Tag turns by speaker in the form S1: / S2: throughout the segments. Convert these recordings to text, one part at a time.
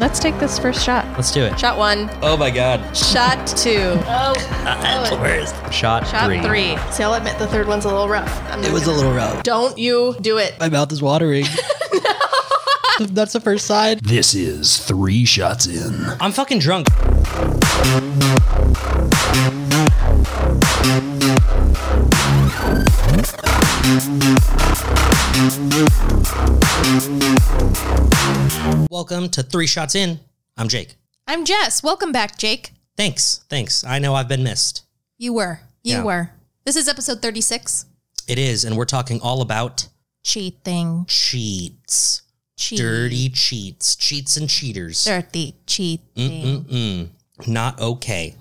S1: Let's take this first shot.
S2: Let's do it.
S1: Shot one,
S2: Oh my God.
S1: shot two, Uh,
S3: Oh,
S2: Shot,
S1: shot
S2: three.
S1: three.
S3: See, I'll admit the third one's a little rough. I'm not
S4: It was a
S3: gonna-
S4: little rough.
S1: Don't you do it.
S4: My mouth is watering. That's the first side.
S5: This is Three Shots In.
S2: I'm fucking drunk. Welcome to Three Shots In. I'm Jake.
S1: I'm Jess. Welcome back, Jake.
S2: Thanks. Thanks. I know I've been missed.
S1: You were. You
S2: Yeah.
S1: were. This is episode 36.
S2: It is, and we're talking all about
S1: Cheating.
S2: cheats.
S1: Cheat.
S2: Dirty cheats. Cheats and cheaters.
S1: Dirty
S2: Mm.
S1: cheating.
S2: Mm-mm. Not okay.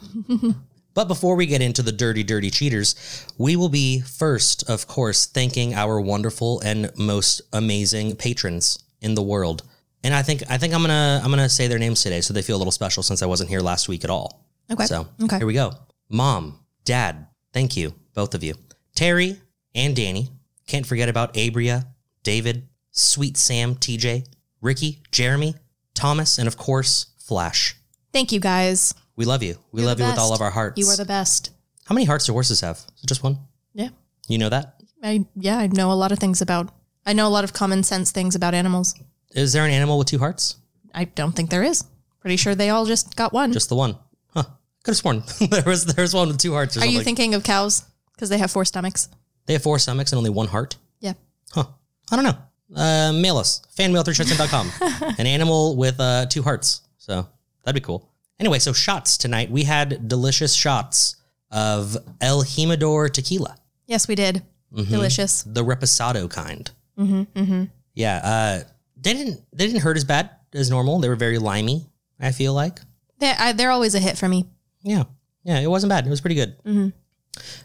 S2: but before we get into the dirty, dirty cheaters, we will be first, of course, thanking our wonderful and most amazing patrons in the world. And I think I think I'm gonna I'm gonna say their names today, so they feel a little special since I wasn't here last week at all.
S1: Okay.
S2: So
S1: Okay.
S2: here we go. Mom, Dad, thank you, both of you. Terry and Danny. Can't forget about Abria, David, Sweet Sam, TJ, Ricky, Jeremy, Thomas, and of course, Flash.
S1: Thank you guys.
S2: We love you. We
S1: You're
S2: love
S1: the
S2: you with all
S1: best.
S2: of our hearts.
S1: You are the best.
S2: How many hearts do horses have? Is it just one?
S1: Yeah.
S2: You know that?
S1: I yeah, I know a lot of things about I know a lot of common sense things about animals.
S2: Is there an animal with two hearts?
S1: I don't think there is. Pretty sure they all just got one.
S2: Just the one. Huh. Could have sworn there was there's one with two hearts or
S1: Are
S2: something.
S1: you thinking of cows? Because they have four stomachs.
S2: they have four stomachs and only one heart?
S1: Yeah.
S2: Huh. I don't know. Uh, mail us fanmail3shots.com. An animal with uh, two hearts. So that'd be cool. Anyway, so shots tonight. We had delicious shots of El Jimador tequila,
S1: Yes, we did.
S2: Mm-hmm.
S1: Delicious.
S2: the reposado kind.
S1: Mm-hmm. Mm-hmm.
S2: Yeah, uh, they didn't they didn't hurt as bad as normal. They were very limey. I feel like.
S1: They, I, they're always a hit for me.
S2: Yeah, yeah, it wasn't bad. It was pretty good.
S1: Mhm.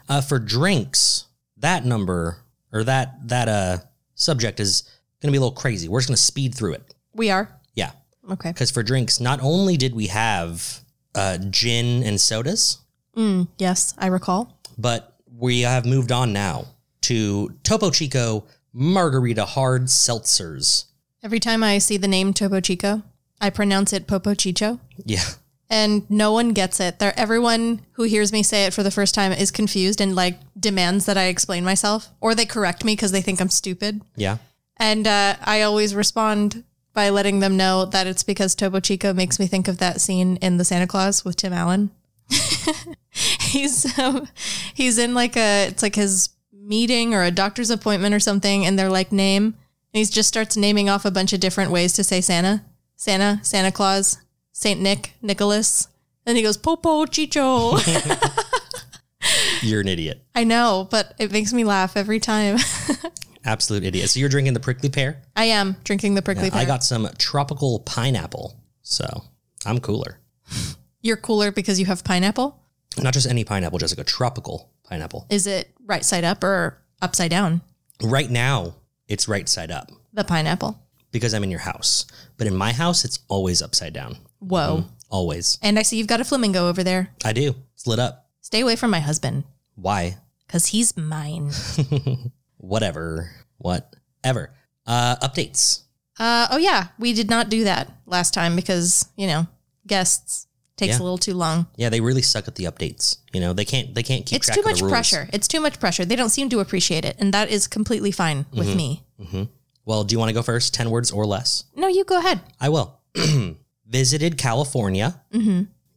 S2: Uh, for drinks, that number or that that uh subject is gonna be a little crazy. We're just gonna speed through it.
S1: We are.
S2: Yeah,
S1: Okay.
S2: because for drinks, not only did we have uh, gin and sodas,
S1: Mm, yes, I recall.
S2: but we have moved on now to Topo Chico margarita hard seltzers.
S1: Every time I see the name Topo Chico, I pronounce it Popo Chicho.
S2: Yeah,
S1: and no one gets it. There, everyone who hears me say it for the first time is confused and like demands that I explain myself, or they correct me because they think I'm stupid.
S2: yeah.
S1: And uh, I always respond by letting them know that it's because Topo Chico makes me think of that scene in The Santa Claus with Tim Allen. he's um, he's in like a it's like his meeting or a doctor's appointment or something, and they're like name, and he just starts naming off a bunch of different ways to say Santa, Santa, Santa Claus, Saint Nick, Nicholas, and he goes Popo Chicho.
S2: You're an idiot.
S1: I know, but it makes me laugh every time.
S2: Absolute idiot. So you're drinking the prickly pear?
S1: I am drinking the prickly pear.
S2: I got some tropical pineapple. So I'm cooler.
S1: You're cooler because you have pineapple.
S2: Not just any pineapple, Jessica, tropical pineapple.
S1: Is it right side up or upside down?
S2: Right now, it's right side up
S1: The pineapple.
S2: because I'm in your house. But in my house, it's always upside down.
S1: Whoa.
S2: Mm-hmm. Always.
S1: And I see you've got a flamingo over there.
S2: I do. It's lit up.
S1: Stay away from my husband
S2: Why?
S1: because he's mine.
S2: Whatever. Whatever. Uh, updates.
S1: uh, oh, yeah. We did not do that last time because, you know, guests takes
S2: Yeah.
S1: a little too long.
S2: Yeah, they really suck at the updates. You know, they can't. They can't keep.
S1: it's
S2: track
S1: too
S2: of the
S1: much
S2: rules.
S1: pressure. It's too much pressure. They don't seem to appreciate it. And that is completely fine
S2: Mm-hmm.
S1: with me.
S2: Well, do you want to go first? Ten words or less?
S1: No, you go ahead.
S2: I will. Visited California,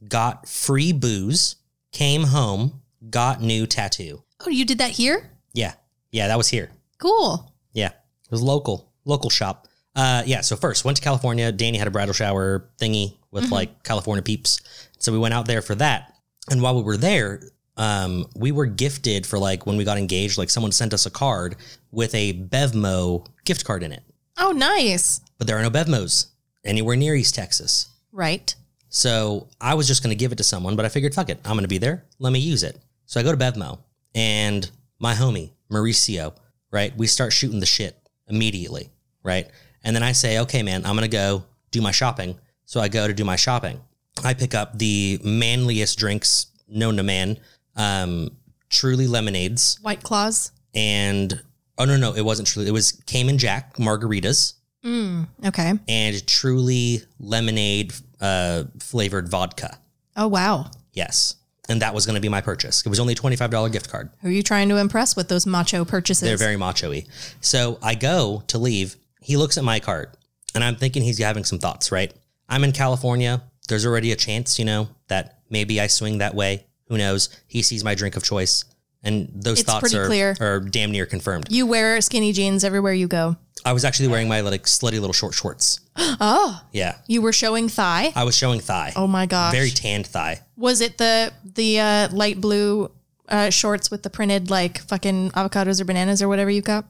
S2: got free booze, came home, got new tattoo.
S1: Oh, you did that here?
S2: Yeah. Yeah, that was here.
S1: Cool.
S2: Yeah. It was local, local shop. Uh, yeah, so first went to California. Danny had a bridal shower thingy with like California peeps. So we went out there for that. And while we were there, um, we were gifted for like when we got engaged, like someone sent us a card with a Bevmo gift card in it.
S1: Oh, nice.
S2: But there are no Bevmos anywhere near East Texas.
S1: Right.
S2: So I was just going to give it to someone, but I figured, fuck it, I'm going to be there. Let me use it. So I go to Bevmo and my homie, Mauricio, right? We start shooting the shit immediately, right? And then I say, okay, man, I'm going to go do my shopping. So I go to do my shopping. I pick up the manliest drinks known to man, um, truly lemonades
S1: White claws.
S2: and, oh, no, no, it wasn't truly. It was Cayman Jack margaritas
S1: Mm, Okay.
S2: and truly lemonade uh, flavored vodka.
S1: Oh, wow.
S2: Yes. And that was going to be my purchase. It was only a $25 gift card.
S1: Who are you trying to impress with those macho purchases?
S2: They're very macho y. So I go to leave. He looks at my cart and I'm thinking he's having some thoughts, right? I'm in California. There's already a chance, you know, that maybe I swing that way. Who knows? He sees my drink of choice. And those
S1: It's
S2: thoughts
S1: pretty
S2: are,
S1: clear.
S2: are damn near confirmed.
S1: you wear skinny jeans everywhere you go.
S2: I was actually wearing my like slutty little short shorts.
S1: Oh,
S2: Yeah.
S1: you were showing thigh.
S2: I was showing thigh.
S1: Oh my gosh.
S2: Very tanned thigh.
S1: was it the the uh, light blue uh, shorts with the printed like fucking avocados or bananas or whatever you got?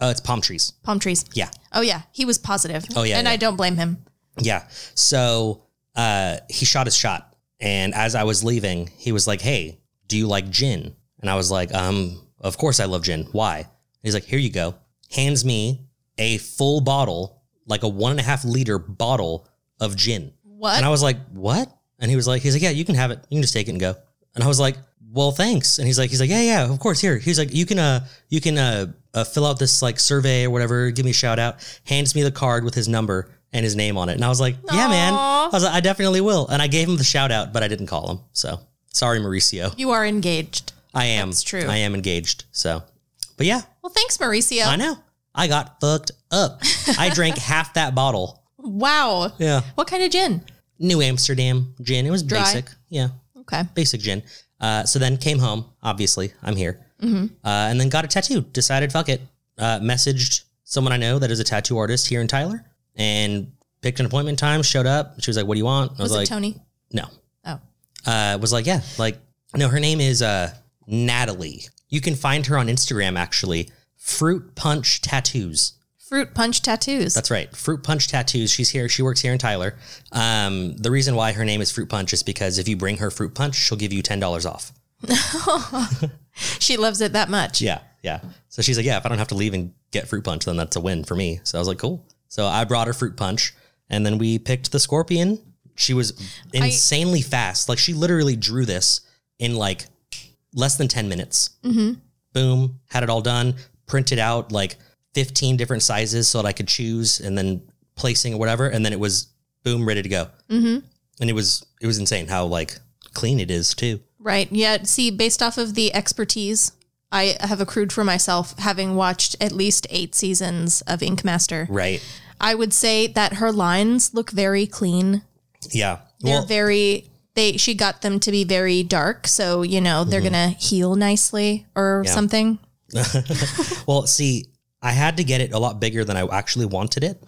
S2: Oh, it's palm trees.
S1: Palm trees.
S2: Yeah.
S1: Oh yeah, he was positive.
S2: Oh, yeah,
S1: and
S2: yeah.
S1: I don't blame him.
S2: Yeah. So uh, he shot his shot. And as I was leaving, he was like, Hey, do you like gin? And I was like, Um, of course I love gin. Why? And he's like, Here you go. Hands me a full bottle, like a one and a half liter bottle of gin.
S1: What?
S2: And I was like, What? And he was like, He's like, Yeah, you can have it. You can just take it and go. And I was like, Well, thanks. And he's like, He's like, Yeah, yeah, of course. Here. He's like, You can uh you can uh, uh fill out this like survey or whatever, give me a shout out, hands me the card with his number and his name on it. And I was like, Yeah, man. I was like, I definitely will. And I gave him the shout out, but I didn't call him. So sorry, Mauricio.
S1: you are engaged.
S2: I am
S1: That's true.
S2: I am engaged. So but yeah,
S1: Well, thanks, Mauricio.
S2: I know. I got fucked up. I drank half that bottle.
S1: wow.
S2: Yeah.
S1: What kind of gin?
S2: New Amsterdam gin. It was basic. Yeah.
S1: Okay.
S2: basic gin. Uh, so then came home. Obviously, I'm here.
S1: Mm-hmm.
S2: Uh, and then got a tattoo. Decided, fuck it. Uh, messaged someone I know that is a tattoo artist here in Tyler, and picked an appointment time. Showed up. She was like, "What do you want?" I was,
S1: Was
S2: like,
S1: it Tony?
S2: "No."
S1: Oh.
S2: Uh, was like, "Yeah." Like, no. Her name is uh, Natalie. You can find her on Instagram actually. Fruit Punch Tattoos.
S1: Fruit punch tattoos.
S2: That's right. Fruit Punch Tattoos. She's here. She works here in Tyler. Um, the reason why her name is Fruit Punch is because if you bring her Fruit Punch, she'll give you ten dollars off.
S1: she loves it that much.
S2: Yeah, yeah. So she's like, yeah, if I don't have to leave and get fruit punch, then that's a win for me. So I was like, cool. So I brought her fruit punch, and then we picked the scorpion. She was insanely fast. Like she literally drew this in like less than ten minutes. Mm-hmm. Boom, had it all done, printed out like fifteen different sizes so that I could choose, and then placing or whatever, and then it was boom, ready to go. Mm-hmm. And it was it was insane how like clean it is too.
S1: Right. Yeah. See, based off of the expertise I have accrued for myself, having watched at least eight seasons of Ink Master,
S2: Right.
S1: I would say that her lines look very clean.
S2: Yeah.
S1: They're
S2: Well,
S1: very. They she got them to be very dark, so you know they're gonna heal nicely or
S2: Mm-hmm. Yeah.
S1: something.
S2: Well, see, I had to get it a lot bigger than I actually wanted it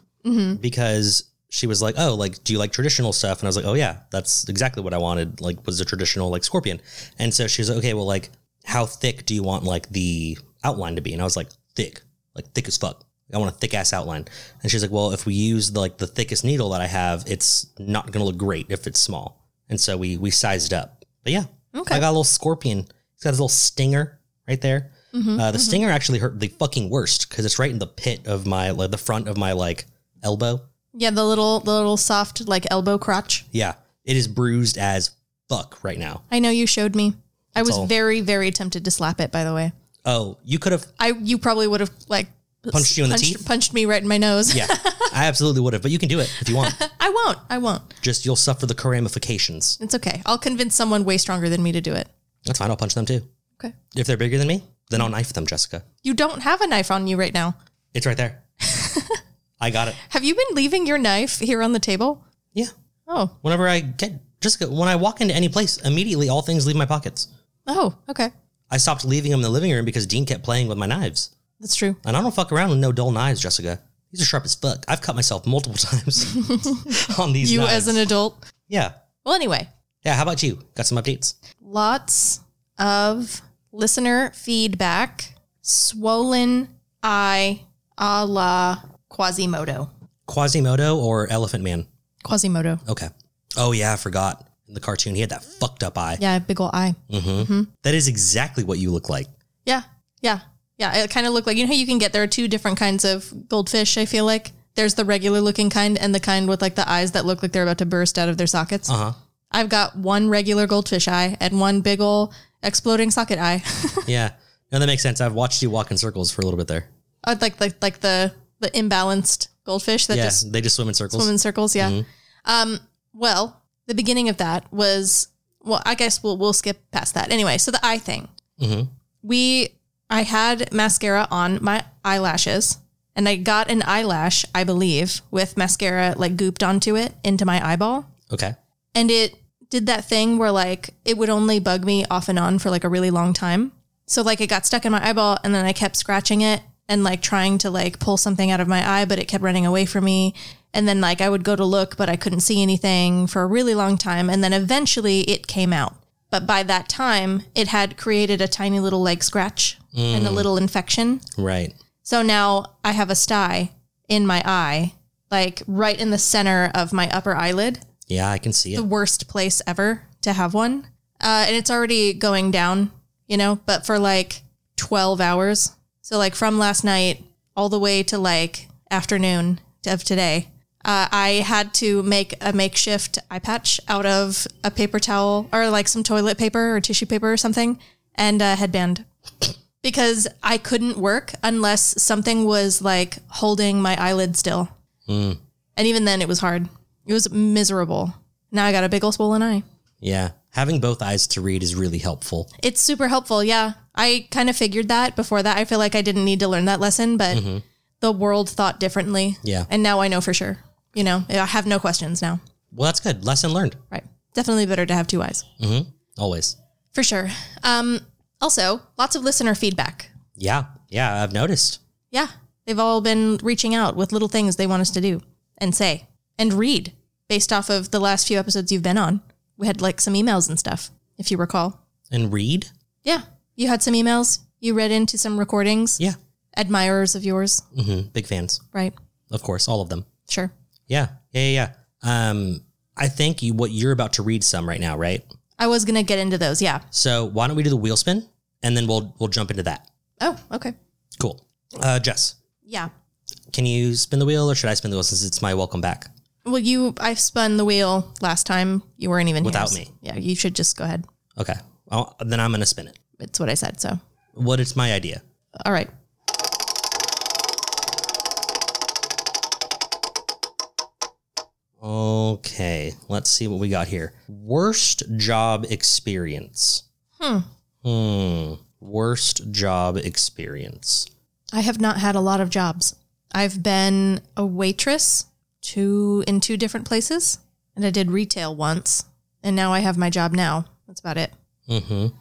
S2: because she was like, "Oh, like, do you like traditional stuff?" And I was like, "Oh yeah, that's exactly what I wanted. Like, was a traditional like scorpion." And so she was like, "Okay, well, like, how thick do you want like the outline to be?" And I was like, "Thick, like thick as fuck. I want a thick ass outline." And she's like, "Well, if we use the, like the thickest needle that I have, it's not gonna look great if it's small." And so we we sized up. But yeah,
S1: Okay.
S2: I got a little scorpion. It's got his little stinger right there. Uh, the stinger actually hurt the fucking worst because it's right in the pit of my like the front of my like elbow.
S1: Yeah, the little the little soft like elbow crotch.
S2: Yeah, it is bruised as fuck right now.
S1: I know you showed me. I was
S2: all.
S1: very very tempted to slap it. By the way,
S2: Oh, you could have.
S1: I you probably would have like
S2: Punched you in the
S1: punched,
S2: teeth?
S1: punched me right in my nose.
S2: Yeah, I absolutely would have. But you can do it if you want.
S1: I won't. I won't.
S2: Just you'll suffer the ramifications.
S1: It's okay. I'll convince someone way stronger than me to do it.
S2: That's fine. I'll punch them too.
S1: Okay.
S2: If they're bigger than me, then I'll knife them, Jessica.
S1: You don't have a knife on you right now.
S2: It's right there. I got it.
S1: Have you been leaving your knife here on the table?
S2: Yeah.
S1: Oh,
S2: Whenever I get Jessica, when I walk into any place, immediately all things leave my pockets.
S1: oh, okay.
S2: I stopped leaving them in the living room because Dean kept playing with my knives.
S1: That's true.
S2: And I don't fuck around with no dull knives, Jessica. These are sharp as fuck. I've cut myself multiple times on these
S1: you
S2: knives.
S1: as an adult.
S2: yeah.
S1: Well, anyway,
S2: Yeah, how about you? Got some updates?
S1: lots of listener feedback. Swollen eye a la Quasimodo.
S2: Quasimodo or Elephant Man?
S1: Quasimodo.
S2: Okay. Oh, yeah, I forgot. In the cartoon, he had that fucked up eye. Mm-hmm.
S1: Yeah, Mm-hmm. big ol' eye.
S2: That is exactly what you look like.
S1: Yeah, yeah, yeah. It kind of looked like you know how you can get there are two different kinds of goldfish. I feel like there's the regular looking kind and the kind with like the eyes that look like they're about to burst out of their sockets.
S2: Uh huh.
S1: I've got one regular goldfish eye and one big ol' exploding socket eye.
S2: yeah.
S1: Uh,
S2: No, that makes sense. I've watched you walk in circles for a little bit there.
S1: I'd like like like the the imbalanced goldfish that
S2: yeah,
S1: just
S2: they just swim in circles.
S1: swim in circles. Yeah. Um, well, the beginning of that was well, I guess we'll we'll skip past that. Anyway, so the eye thing.
S2: Mhm.
S1: We I had mascara on my eyelashes and I got an eyelash, I believe, with mascara like gooped onto it into my eyeball.
S2: Okay.
S1: And it did that thing where like it would only bug me off and on for like a really long time. So like it got stuck in my eyeball and then I kept scratching it and like trying to like pull something out of my eye, but it kept running away from me. And then like I would go to look, but I couldn't see anything for a really long time. And then eventually it came out. But by that time, it had created a tiny little like scratch and a little infection.
S2: Right.
S1: So now I have a sty in my eye, like right in the center of my upper eyelid
S2: Yeah, I can see
S1: the
S2: it.
S1: worst place ever to have one. Uh, and it's already going down, you know, but for like 12 hours. So, like from last night all the way to like afternoon of today, uh, I had to make a makeshift eye patch out of a paper towel or like some toilet paper or tissue paper or something and a headband because I couldn't work unless something was like holding my eyelid still. And even then, it was hard. It was miserable. Now I got a big old swollen eye.
S2: Yeah. Having both eyes to read is really helpful.
S1: It's super helpful. Yeah. I kind of figured that before that. I feel like I didn't need to learn that lesson, but the world thought differently.
S2: Yeah.
S1: And now I know for sure. You know, I have no questions now.
S2: Well, that's good. Lesson learned.
S1: Right. Definitely better to have two eyes.
S2: Always.
S1: For sure. Um, also, lots of listener feedback.
S2: Yeah. Yeah, I've noticed.
S1: Yeah. They've all been reaching out with little things they want us to do and say and read based off of the last few episodes you've been on. We had like some emails and stuff, if you recall.
S2: And read?
S1: Yeah. You had some emails. You read into some recordings.
S2: Yeah.
S1: Admirers of yours,
S2: hmm Big fans.
S1: right?
S2: Of course, all of them.
S1: Sure.
S2: Yeah. Yeah, yeah, yeah. Um I think you what you're about to read some right now, right?
S1: I was going to get into those. Yeah.
S2: So, why don't we do the wheel spin and then we'll we'll jump into that.
S1: Oh, okay.
S2: Cool. Uh Jess,
S1: Yeah.
S2: can you spin the wheel or should I spin the wheel since it's my welcome back?
S1: Well, you, I spun the wheel last time. You weren't even
S2: Without
S1: here.
S2: me.
S1: Yeah. You should just go ahead.
S2: Okay. Well, then I'm going to spin it.
S1: It's what I said. So,
S2: What it's my idea.
S1: all right.
S2: Okay, let's see what we got here. Worst job experience. Hmm. Worst job experience.
S1: I have not had a lot of jobs. I've been a waitress two in two different places, and I did retail once, and now I have my job now. That's about it.
S2: Mm-hmm.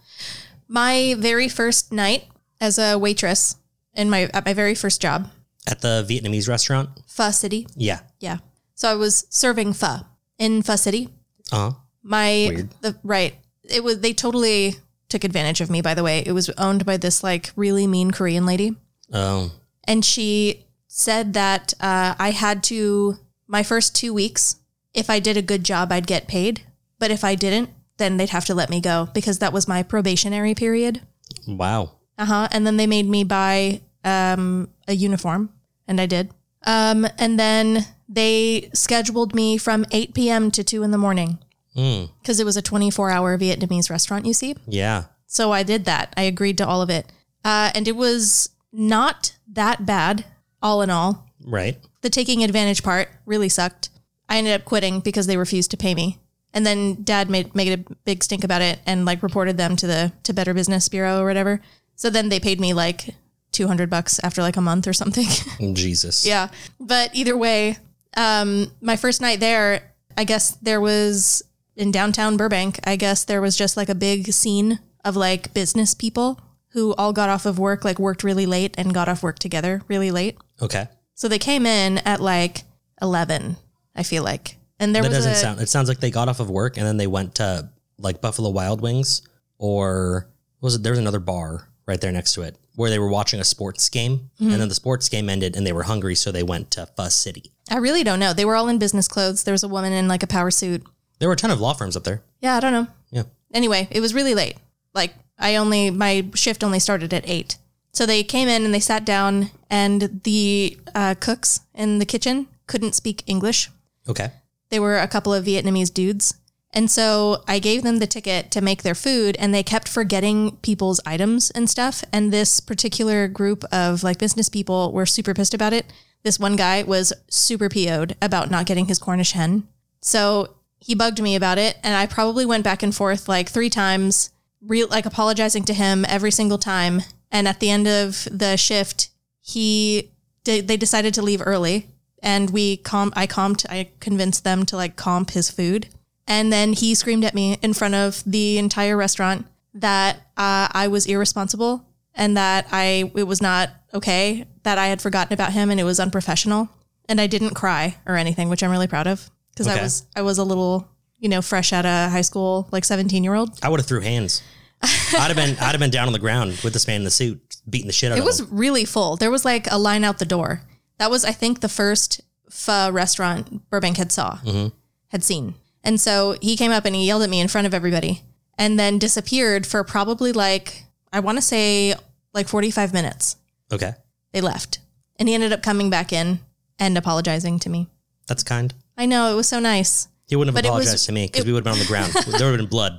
S1: My very first night as a waitress in my at my very first job,
S2: At the Vietnamese restaurant.
S1: Pho City.
S2: Yeah.
S1: Yeah. So I was serving pho in Pho City.
S2: Uh huh.
S1: My
S2: Weird.
S1: the right. It was they totally took advantage of me by the way. It was owned by this like really mean Korean lady.
S2: Oh.
S1: and she said that uh, I had to my first two weeks. If I did a good job, I'd get paid, but if I didn't, then they'd have to let me go because that was my probationary period.
S2: Wow.
S1: Uh huh. And then they made me buy um, a uniform, and I did. Um, and then they scheduled me from 8 p.m. to 2 in the morning
S2: Mm.
S1: because it was a 24 hour Vietnamese restaurant, you see.
S2: Yeah.
S1: So I did that. I agreed to all of it. Uh, and it was not that bad, all in all.
S2: Right.
S1: The taking advantage part really sucked. I ended up quitting because they refused to pay me. And then dad made, made a big stink about it and like reported them to the to Better Business Bureau or whatever. So then they paid me like 200 bucks after like a month or something.
S2: Jesus.
S1: yeah. But either way, um, my first night there, I guess there was in downtown Burbank, I guess there was just like a big scene of like business people who all got off of work, like worked really late and got off work together really late.
S2: Okay.
S1: So they came in at like 11, I feel like. And there
S2: that
S1: was
S2: doesn't
S1: a,
S2: sound. It sounds like they got off of work and then they went to like Buffalo Wild Wings or was it? There was another bar right there next to it where they were watching a sports game
S1: Mm-hmm.
S2: and then the sports game ended and they were hungry so they went to Fuss City.
S1: I really don't know. They were all in business clothes. There was a woman in like a power suit.
S2: There were a ton of law firms up there.
S1: Yeah, I don't know.
S2: Yeah.
S1: Anyway, it was really late. Like I only my shift only started at eight. So they came in and they sat down, and the uh, cooks in the kitchen couldn't speak English.
S2: Okay.
S1: They were a couple of Vietnamese dudes, and so I gave them the ticket to make their food, and they kept forgetting people's items and stuff. And this particular group of like business people were super pissed about it. this one guy was super PO'd about not getting his Cornish hen. So he bugged me about it. And I probably went back and forth like three times, real like apologizing to him every single time. And at the end of the shift, he they they decided to leave early. And we com I comped, I convinced them to like comp his food. And then he screamed at me in front of the entire restaurant that uh, I was irresponsible and that I it was not okay that I had forgotten about him and it was unprofessional. And I didn't cry or anything, which I'm really proud of because
S2: Okay.
S1: I was I was a little you know fresh out of high school, like 17 year old.
S2: I would have threw hands. I'd have been I'd have been down on the ground with this man in the suit beating the shit out
S1: It
S2: of
S1: was
S2: him.
S1: really full. There was like a line out the door. That was, I think, the first pho restaurant Burbank had saw,
S2: Mm-hmm.
S1: had seen. And so he came up and he yelled at me in front of everybody and then disappeared for probably like, I want to say like 45 minutes.
S2: Okay,
S1: They left. And he ended up coming back in and apologizing to me.
S2: that's kind.
S1: I know it was so nice.
S2: He wouldn't have
S1: But it was-
S2: apologized to me because
S1: it-
S2: we would have been on the ground. there would have been blood.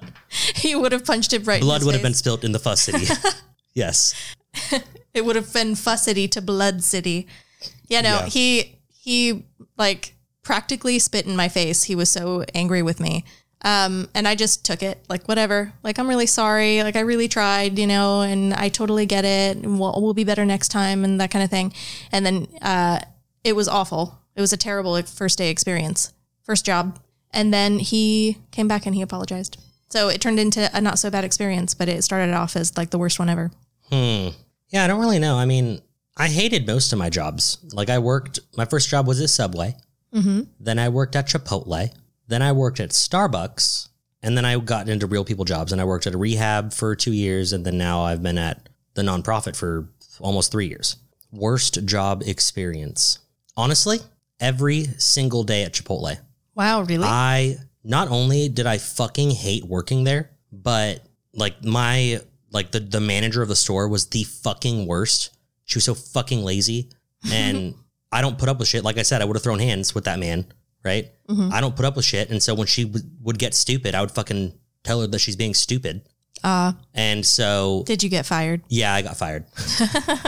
S1: He would have punched it right. in
S2: Blood
S1: his
S2: would have been
S1: face.
S2: spilt in the fuss city. yes.
S1: It would have been fussity to blood city. Yeah, no,
S2: Yeah.
S1: he he like practically spit in my face. He was so angry with me. Um, and I just took it like whatever. Like I'm really sorry. Like I really tried, you know, and I totally get it. And we'll we'll be better next time and that kind of thing. And then uh, it was awful. It was a terrible like, first day experience, first job. And then he came back and he apologized. So it turned into a not so bad experience, but it started off as like the worst one ever.
S2: Hmm. Yeah, I don't really know. I mean, I hated most of my jobs. Like I worked my first job was at Subway.
S1: Mm-hmm.
S2: Then I worked at Chipotle. Then I worked at Starbucks. And then I got into real people jobs and I worked at a rehab for two years. And then now I've been at the nonprofit for almost three years. Worst job experience. Honestly, every single day at Chipotle.
S1: Wow, really?
S2: I not only did I fucking hate working there, but like my like the the manager of the store was the fucking worst. She was so fucking lazy and I don't put up with shit. Like I said, I would have thrown hands with that man, right?
S1: Mm-hmm.
S2: I don't put up with shit, and so when she w- would get stupid, I would fucking tell her that she's being stupid.
S1: Uh,
S2: And so
S1: did you get fired?
S2: yeah, I got fired.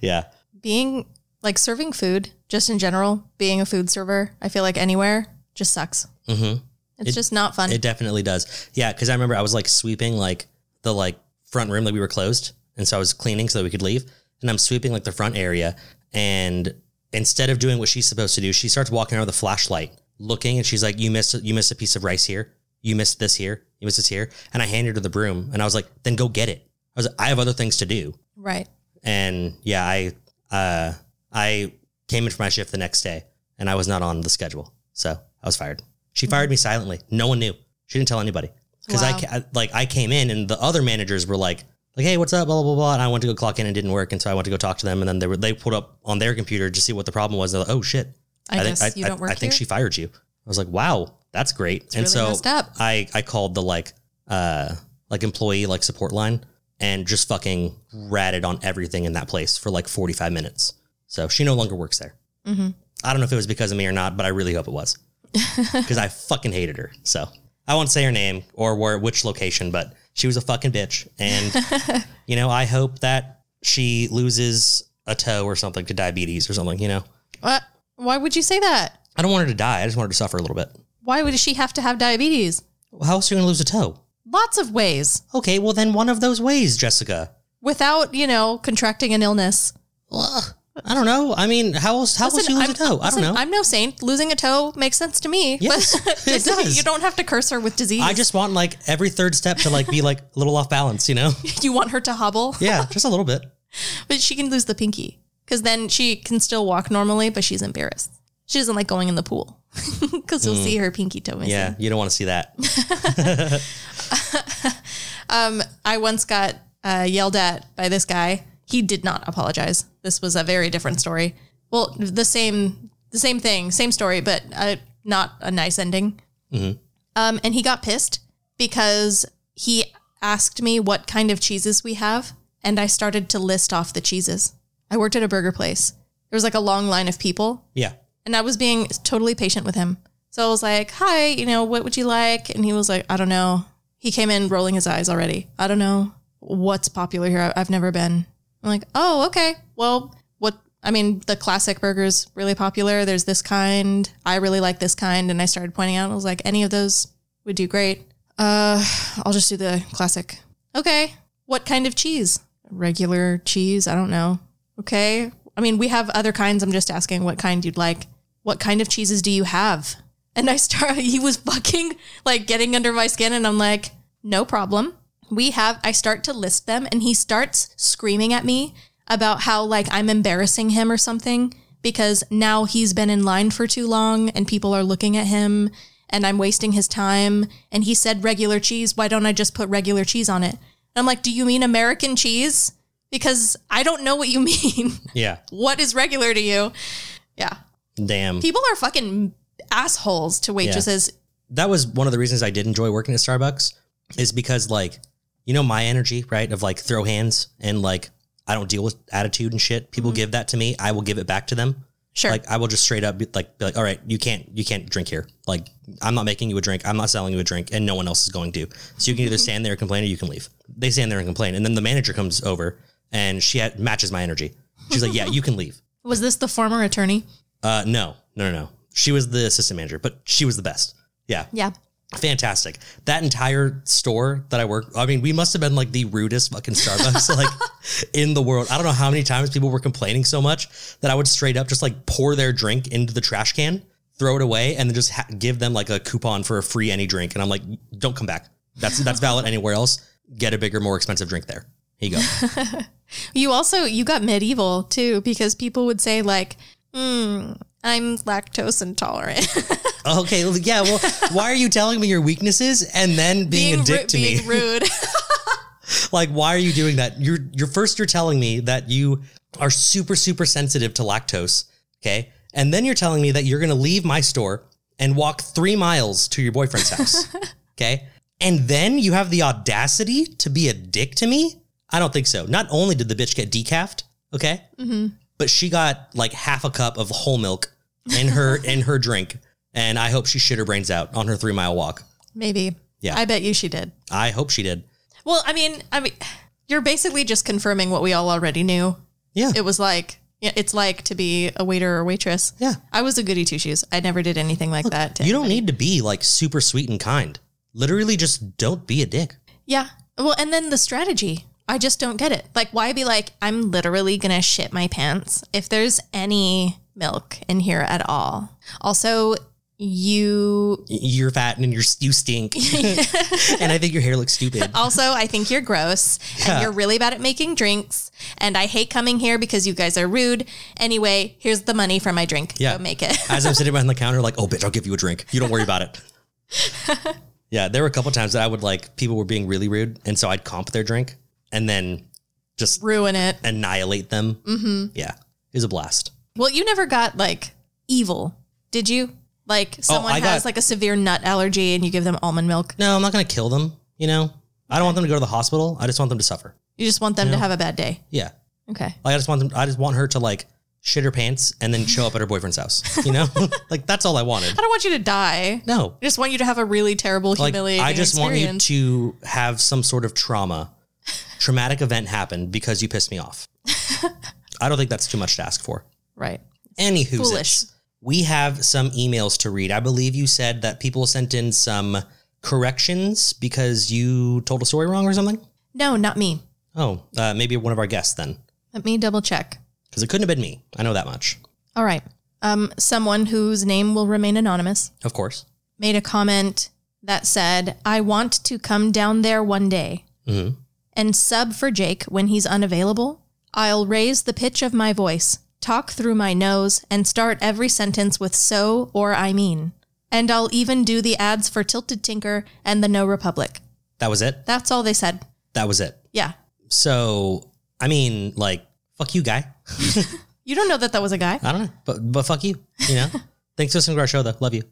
S2: yeah.
S1: Being like serving food, just in general, being a food server, I feel like anywhere just sucks.
S2: Mhm.
S1: It's
S2: It-
S1: just not fun.
S2: It definitely does. Yeah, because I remember I was like sweeping like the like front room like we were closed, and so I was cleaning so that we could leave, and I'm sweeping like the front area, and instead of doing what she's supposed to do, she starts walking around with a flashlight, looking, and she's like, "You missed you missed a piece of rice here, you missed this here, you missed this here," and I handed her the broom, and I was like, "Then go get it." I was like, "I have other things to do,"
S1: right.
S2: and yeah, I uh I came in for my shift the next day and I was not on the schedule. So I was fired. She fired me silently. No one knew. She didn't tell anybody. Cuz I,
S1: Mm-hmm. Wow.
S2: ca- I- like I came in and the other managers were like like hey, what's up blah blah blah blah and I went to go clock in and it didn't work and so I went to go talk to them and then they were they pulled up on their computer to see what the problem was. They're like, "Oh shit.
S1: I,
S2: thi-
S1: guess you don't work
S2: I think
S1: here?
S2: she fired you." I was like, "Wow, that's great." and
S1: really
S2: so
S1: messed up.
S2: I I called the like uh like employee like support line and just fucking ratted on everything in that place for like 45 minutes. So she no longer works there.
S1: Mhm.
S2: I don't know if it was because of me or not, but I really hope it was because I fucking hated her. So I won't say her name or where which location, but she was a fucking bitch. And you know, I hope that she loses a toe or something to diabetes or something. You know,
S1: What? Why would you say that?
S2: I don't want her to die. I just want her to suffer a little bit.
S1: Why would she have to have diabetes?
S2: How else are you gonna lose a toe?
S1: Lots of ways
S2: Okay, well then one of those ways, Jessica.
S1: without, you know, contracting an illness.
S2: Ugh, I don't know. I mean, how else? How else do you lose
S1: I'm,
S2: a toe? I don't
S1: listen,
S2: know.
S1: I'm no saint. Losing a toe makes sense to me.
S2: Yes,
S1: but
S2: it does.
S1: You don't have to curse her with disease.
S2: I just want like every third step to like be like a little off balance, you know?
S1: you want her to hobble,
S2: Yeah, just a little bit.
S1: but she can lose the pinky because then she can still walk normally, but she's embarrassed. She doesn't like going in the pool because you'll see her pinky toe missing.
S2: Yeah, you don't want to see that.
S1: I once got uh, yelled at by this guy. He did not apologize. This was a very different story. Well, the same, the same thing, same story, but uh, not a nice ending. Um, and he got pissed because he asked me what kind of cheeses we have, and I started to list off the cheeses. I worked at a burger place. There was like a long line of people,
S2: Yeah.
S1: and I was being totally patient with him. So I was like, "Hi, you know, what would you like?" And he was like, "I don't know." He came in rolling his eyes already. I don't know what's popular here. I- I've never been. I'm like, "Oh, okay. Well, what I mean, the classic burger's really popular. There's this kind. I really like this kind. And I started pointing out, I was like, any of those would do great. Uh, I'll just do the classic. Okay. What kind of cheese? Regular cheese? I don't know. Okay. I mean, we have other kinds. I'm just asking what kind you'd like. What kind of cheeses do you have? And I start, he was fucking like getting under my skin. And I'm like, no problem. We have, I start to list them and he starts screaming at me about how like I'm embarrassing him or something because now he's been in line for too long and people are looking at him and I'm wasting his time. And he said regular cheese. Why don't I just put regular cheese on it? And I'm like, do you mean American cheese? Because I don't know what you mean.
S2: Yeah.
S1: what is regular to you? Yeah.
S2: Damn.
S1: People are fucking assholes to waitresses.
S2: that was one of the reasons I did enjoy working at Starbucks is because like you know my energy right of like throw hands and like I don't deal with attitude and shit. People
S1: Mm-hmm.
S2: give that to me, I will give it back to them.
S1: Sure.
S2: Like I will just straight up be like be like all right, you can't you can't drink here. Like I'm not making you a drink. I'm not selling you a drink and no one else is going to. So you can either stand there and complain or you can leave. They stand there and complain and then the manager comes over and she had, matches my energy. She's like, "Yeah, you can leave."
S1: Was this the former attorney?
S2: Uh no. No, no, no. She was the assistant manager, but she was the best. Yeah
S1: Yeah.
S2: fantastic. That entire store that I work, I mean, we must have been like the rudest fucking Starbucks like in the world. I don't know how many times people were complaining so much that I would straight up just like pour their drink into the trash can, throw it away, and then just ha- give them like a coupon for a free any drink. And I'm like, don't come back. That's that's valid anywhere else. Get a bigger, more expensive drink there. Here you go.
S1: You also you got medieval too because people would say like, mm, "I'm lactose intolerant."
S2: okay, well, yeah. Well, why are you telling me your weaknesses and then being, a dick
S1: ru-
S2: to me?
S1: being rude.
S2: like why are you doing that you're you're first you're telling me that you are super super sensitive to lactose okay and then you're telling me that you're going to leave my store and walk 3 miles to your boyfriend's house okay and then you have the audacity to be a dick to me i don't think so not only did the bitch get decaf okay but she got like half a cup of whole milk in her in her drink and i hope she shit her brains out on her 3 mile walk
S1: Maybe.
S2: Yeah.
S1: I bet you she did.
S2: i hope she did
S1: Well, I mean, I mean, you're basically just confirming what we all already knew.
S2: yeah
S1: It was like yeah, it's like to be a waiter or waitress.
S2: yeah
S1: I was a goody two shoes. I never did anything like that. to
S2: You don't
S1: anybody.
S2: need to be like super sweet and kind. Literally, just don't be a dick.
S1: Yeah. Well, and then the strategy. I just don't get it. Like, why be like, I'm literally going to shit my pants if there's any milk in here at all? Also, you.
S2: Y- You're fat and you're you stink, and I think your hair looks stupid.
S1: Also, I think you're gross
S2: Yeah.
S1: and you're really bad at making drinks. And I hate coming here because you guys are rude. Anyway, here's the money for my drink.
S2: Yeah.
S1: Go make it.
S2: As I'm sitting behind the counter, like, oh bitch, I'll give you a drink. You don't worry about it. yeah, there were a couple times that I would like people were being really rude, and so I'd comp their drink and then just
S1: Ruin it.
S2: annihilate them. Mm-hmm. Yeah, it was a blast.
S1: Well, you never got like evil, did you? Like, someone
S2: Oh, I
S1: has
S2: got-
S1: like a severe nut allergy and you give them almond milk.
S2: No, I'm not gonna kill them. You know, I don't want them to go to the hospital. I just want them to suffer.
S1: You just want them to have a bad day.
S2: Yeah,
S1: Okay.
S2: Like I just want them. I just want her to like shit her pants and then show up at her boyfriend's house. You know, like that's all I wanted.
S1: I don't want you to die.
S2: No,
S1: I just want you to have a really terrible,
S2: like
S1: humiliating
S2: I just want you
S1: experience.
S2: to have some sort of trauma, traumatic event happen because you pissed me off. I don't think that's too much to ask for.
S1: right.
S2: Anywho,
S1: Foolish.
S2: we have some emails to read. I believe you said that people sent in some corrections because you told a story wrong or something.
S1: No, not me.
S2: Oh, uh, maybe one of our guests then,
S1: Let me double check.
S2: because it couldn't have been me. I know that much,
S1: All right. Um, someone whose name will remain anonymous
S2: of course.
S1: made a comment that said, I want to come down there one day
S2: Mhm.
S1: and sub for Jake when he's unavailable. I'll raise the pitch of my voice, talk through my nose, and start every sentence with so or I mean. And I'll even do the ads for Tilted Tinker and the No Republic.
S2: That was it.
S1: That's all they said.
S2: That was it.
S1: Yeah.
S2: So I mean, like, fuck you, guy.
S1: You don't know that that was a guy.
S2: I don't know, but but fuck you. You know. Thanks for listening to our show, though. Love you.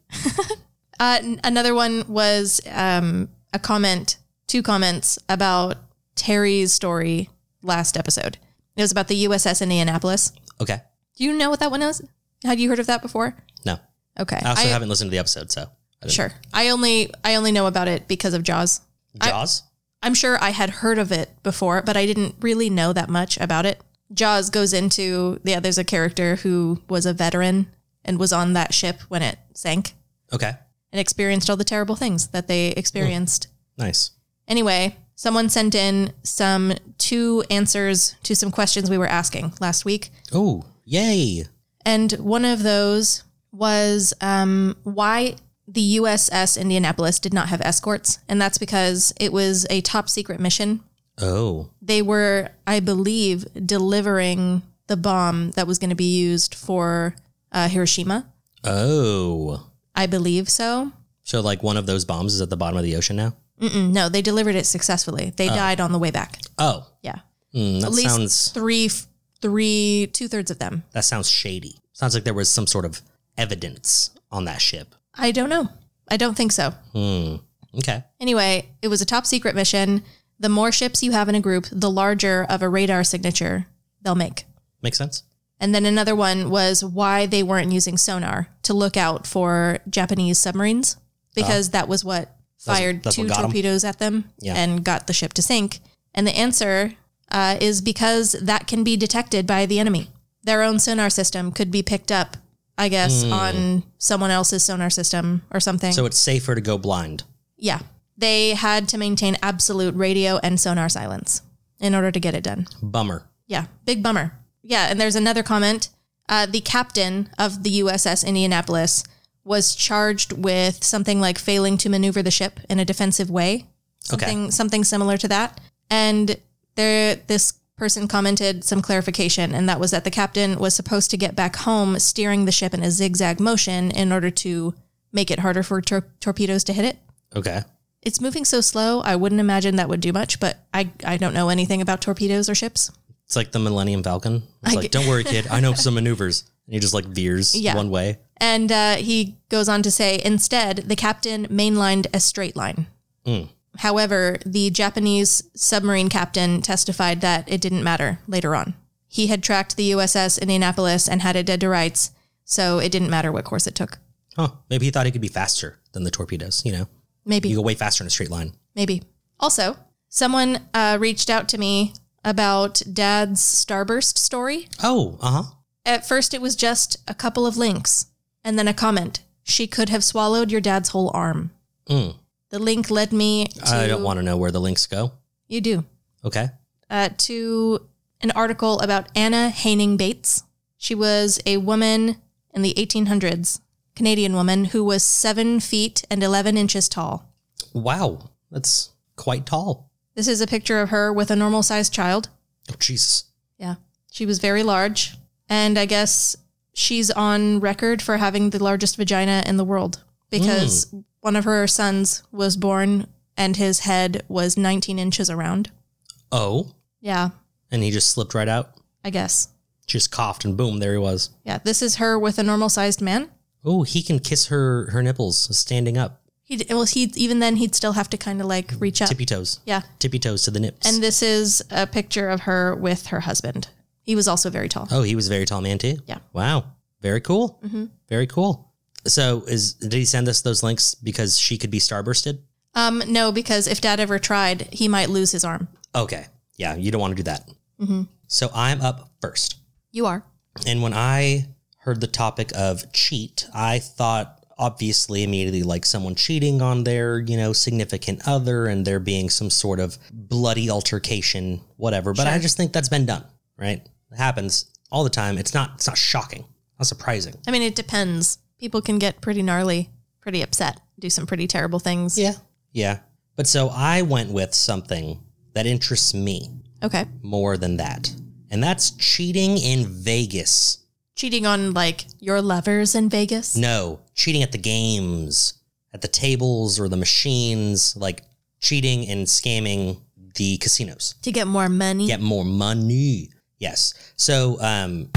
S1: Uh, n- another one was um, a comment, two comments about Terry's story last episode. It was about the USS Indianapolis.
S2: Okay.
S1: Do you know what that one is? Had you heard of that before?
S2: No,
S1: Okay.
S2: I also haven't listened to the episode, so I don't
S1: sure. I only I only know about it because of Jaws.
S2: know. Jaws.
S1: I'm sure I had heard of it before, but I didn't really know that much about it. Jaws goes into yeah, there's a character who was a veteran and was on that ship when it sank
S2: Okay.
S1: and experienced all the terrible things that they experienced.
S2: Nice.
S1: Anyway, someone sent in some two answers to some questions we were asking last week.
S2: Oh, yay.
S1: And one of those was um, why the USS Indianapolis did not have escorts. And that's because it was a top secret mission.
S2: Oh,
S1: They were, I believe, delivering the bomb that was going to be used for uh, Hiroshima.
S2: oh.
S1: I believe so.
S2: So, like, one of those bombs is at the bottom of the ocean now?
S1: Mm-mm, Mm, no, they delivered it successfully. They died on the way back.
S2: Oh,
S1: Yeah.
S2: hmm, that
S1: At least
S2: sounds
S1: three, three, two thirds of them.
S2: that sounds shady. Sounds like there was some sort of evidence on that ship.
S1: I don't know. I don't think so.
S2: Hmm. Okay.
S1: Anyway, it was a top secret mission. The more ships you have in a group, the larger of a radar signature they'll make.
S2: Makes sense.
S1: And then another one was why they weren't using sonar to look out for Japanese submarines because that was what
S2: what-
S1: fired
S2: Oh. that's what
S1: two
S2: got 'em.
S1: torpedoes at them
S2: Yeah.
S1: and got the ship to sink. And the answer uh, is because that can be detected by the enemy. Their own sonar system could be picked up, I guess, on someone else's sonar system or something.
S2: Hmm. So it's safer to go blind.
S1: Yeah. They had to maintain absolute radio and sonar silence in order to get it done.
S2: Bummer.
S1: Yeah. Big bummer. Yeah. And there's another comment. Uh, the captain of the USS Indianapolis was charged with something like failing to maneuver the ship in a defensive way,
S2: Okay.
S1: something, something similar to that. And there, this person commented some clarification, and that was that the captain was supposed to get back home steering the ship in a zigzag motion in order to make it harder for tor- torpedoes to hit it
S2: Okay.
S1: it's moving so slow. I wouldn't imagine that would do much, but I, I don't know anything about torpedoes or ships.
S2: It's like the Millennium Falcon. It's
S1: I
S2: like,
S1: get-
S2: don't worry, kid. I know some maneuvers. And he just like veers
S1: Yeah.
S2: one way.
S1: And uh, he goes on to say, instead, the captain mainlined a straight line.
S2: Mm.
S1: However, the Japanese submarine captain testified that it didn't matter later on. He had tracked the USS Indianapolis and had it dead to rights, so it didn't matter what course it took.
S2: Huh. Maybe he thought he could be faster than the torpedoes, you know?
S1: Maybe.
S2: You go way faster in a straight line.
S1: Maybe. Also, someone uh, reached out to me about dad's starburst story.
S2: Oh, uh huh.
S1: At first, it was just a couple of links and then a comment. She could have swallowed your dad's whole arm.
S2: Mm.
S1: The link led me to.
S2: I don't want to know where the links go.
S1: You do.
S2: Okay.
S1: Uh, to an article about Anna Haining Bates. She was a woman in the 1800s, Canadian woman who was seven feet and 11 inches tall.
S2: Wow. That's quite tall.
S1: This is a picture of her with a normal sized child.
S2: Oh, Jesus.
S1: Yeah. She was very large. And I guess she's on record for having the largest vagina in the world because one of her sons was born and his head was 19 inches around.
S2: Oh,
S1: Yeah,
S2: and he just slipped right out.
S1: I guess.
S2: Just coughed and boom, there he was.
S1: Yeah. This is her with a normal sized man.
S2: Oh, he can kiss her her nipples standing up,
S1: He'd, well, he'd, even then, he'd still have to kind of like reach up.
S2: tippy toes,
S1: Yeah.
S2: tippy toes to the nips.
S1: Uh, And this is a picture of her with her husband. He was also very tall.
S2: oh, he was a very tall man too.
S1: Yeah.
S2: Wow. Very cool. Very cool. So, is did he send us those links because she could be starbursted?
S1: Um, no, because if dad ever tried, he might lose his arm.
S2: Okay. Yeah, you don't want to do that. So I'm up first.
S1: You are.
S2: And when I heard the topic of cheat, I thought obviously immediately like someone cheating on their, you know, significant other and there being some sort of bloody altercation, whatever. But I just think that's been done, right? It happens all the time. It's not it's not shocking, not surprising.
S1: I mean, it depends. People can get pretty gnarly, pretty upset, do some pretty terrible things.
S2: Yeah. Yeah. But so I went with something that interests me
S1: Okay.
S2: more than that. And that's cheating in Vegas.
S1: Cheating on like your lovers in Vegas.
S2: No, cheating at the games, at the tables or the machines, like cheating and scamming the casinos.
S1: To get more money.
S2: Get more money. Yes. So, um,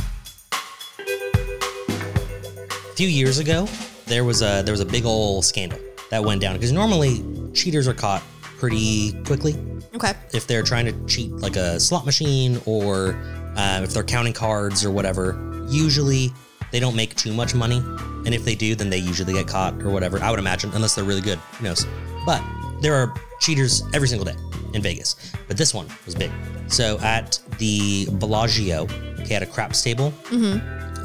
S2: a few years ago, there was a there was a big old scandal that went down because normally cheaters are caught pretty quickly
S1: Okay.
S2: if they're trying to cheat like a slot machine or uh, if they're counting cards or whatever, usually they don't make too much money. And if they do, then they usually get caught or whatever. I would imagine, unless they're really good. Who knows? But there are cheaters every single day in Vegas, but this one was big. So at the Bellagio, okay, at a craps table,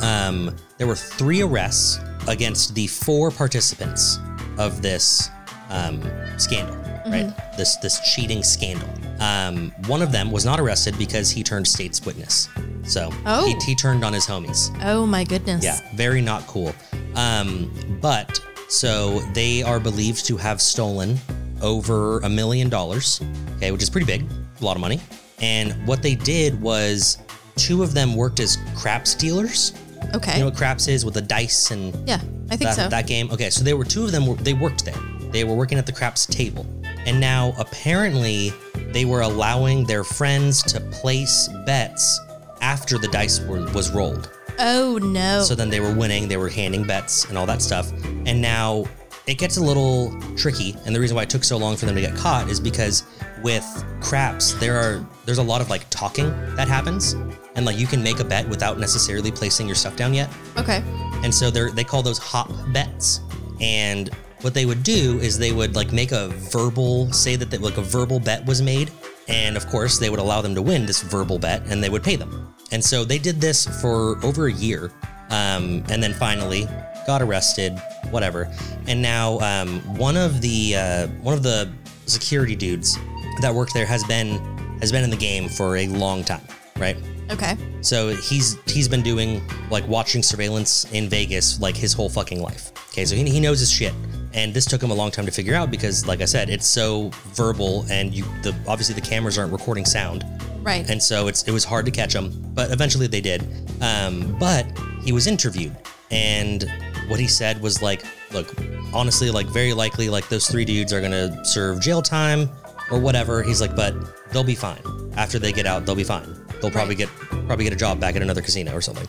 S2: um, there were three arrests against the four participants of this um, scandal, right? This this cheating scandal. Um, one of them was not arrested because he turned state's witness. So
S1: Oh.
S2: he, he turned on his homies.
S1: Oh my goodness.
S2: Yeah, very not cool. Um, but so they are believed to have stolen over a million dollars, okay, which is pretty big, a lot of money. And what they did was two of them worked as craps dealers.
S1: Okay.
S2: You know what craps is with the dice and
S1: yeah, Eh. I think
S2: that,
S1: so.
S2: that game. Okay, so they were two of them. Were, they worked there. They were working at the craps table, and now apparently they were allowing their friends to place bets after the dice were, was rolled.
S1: oh no.
S2: So then they were winning, they were handing bets and all that stuff. And now it gets a little tricky. And the reason why it took so long for them to get caught is because with craps, there are there's a lot of like talking that happens. And like you can make a bet without necessarily placing your stuff down yet.
S1: okay.
S2: And so they they call those hop bets. And what they would do is they would like make a verbal say that they, like a verbal bet was made, and of course they would allow them to win this verbal bet, and they would pay them. And so they did this for over a year, um, and then finally got arrested, whatever. And now um, one of the uh, one of the security dudes that worked there has been has been in the game for a long time, right?
S1: Okay.
S2: So he's he's been doing like watching surveillance in Vegas like his whole fucking life. Okay, so he, he knows his shit, and this took him a long time to figure out because, like I said, it's so verbal, and you the obviously the cameras aren't recording sound,
S1: Right.
S2: and so it's it was hard to catch him. But eventually they did. Um, but he was interviewed, and what he said was like, look, honestly, like very likely, like those three dudes are gonna serve jail time or whatever. He's like, but they'll be fine after they get out. They'll be fine. They'll probably get probably get a job back at another casino or something.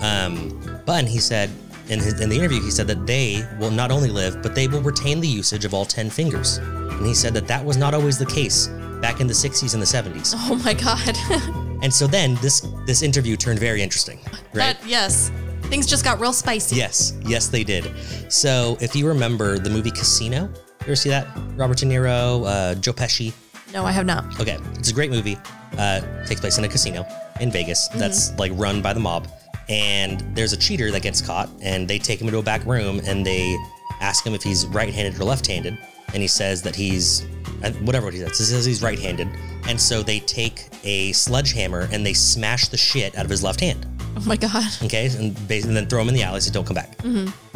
S2: Um, but he said in, his, in the interview, he said that they will not only live, but they will retain the usage of all 10 fingers. And he said that that was not always the case back in the 60s and the 70s.
S1: oh my god.
S2: And so then this this interview turned very interesting, right?
S1: that yes. Things just got real spicy.
S2: yes, yes, they did. So if you remember the movie Casino, you ever see that? Robert De Niro, uh, Joe Pesci.
S1: No, I have not.
S2: Okay, it's a great movie. Uh, takes place in a casino in Vegas that's like run by the mob, and there's a cheater that gets caught, and they take him into a back room and they ask him if he's right-handed or left-handed, and he says that he's uh, whatever he says. He says he's right-handed, and so they take a sledgehammer and they smash the shit out of his left hand
S1: Oh my god.
S2: okay, and, bas- and then throw him in the alley so don't come back.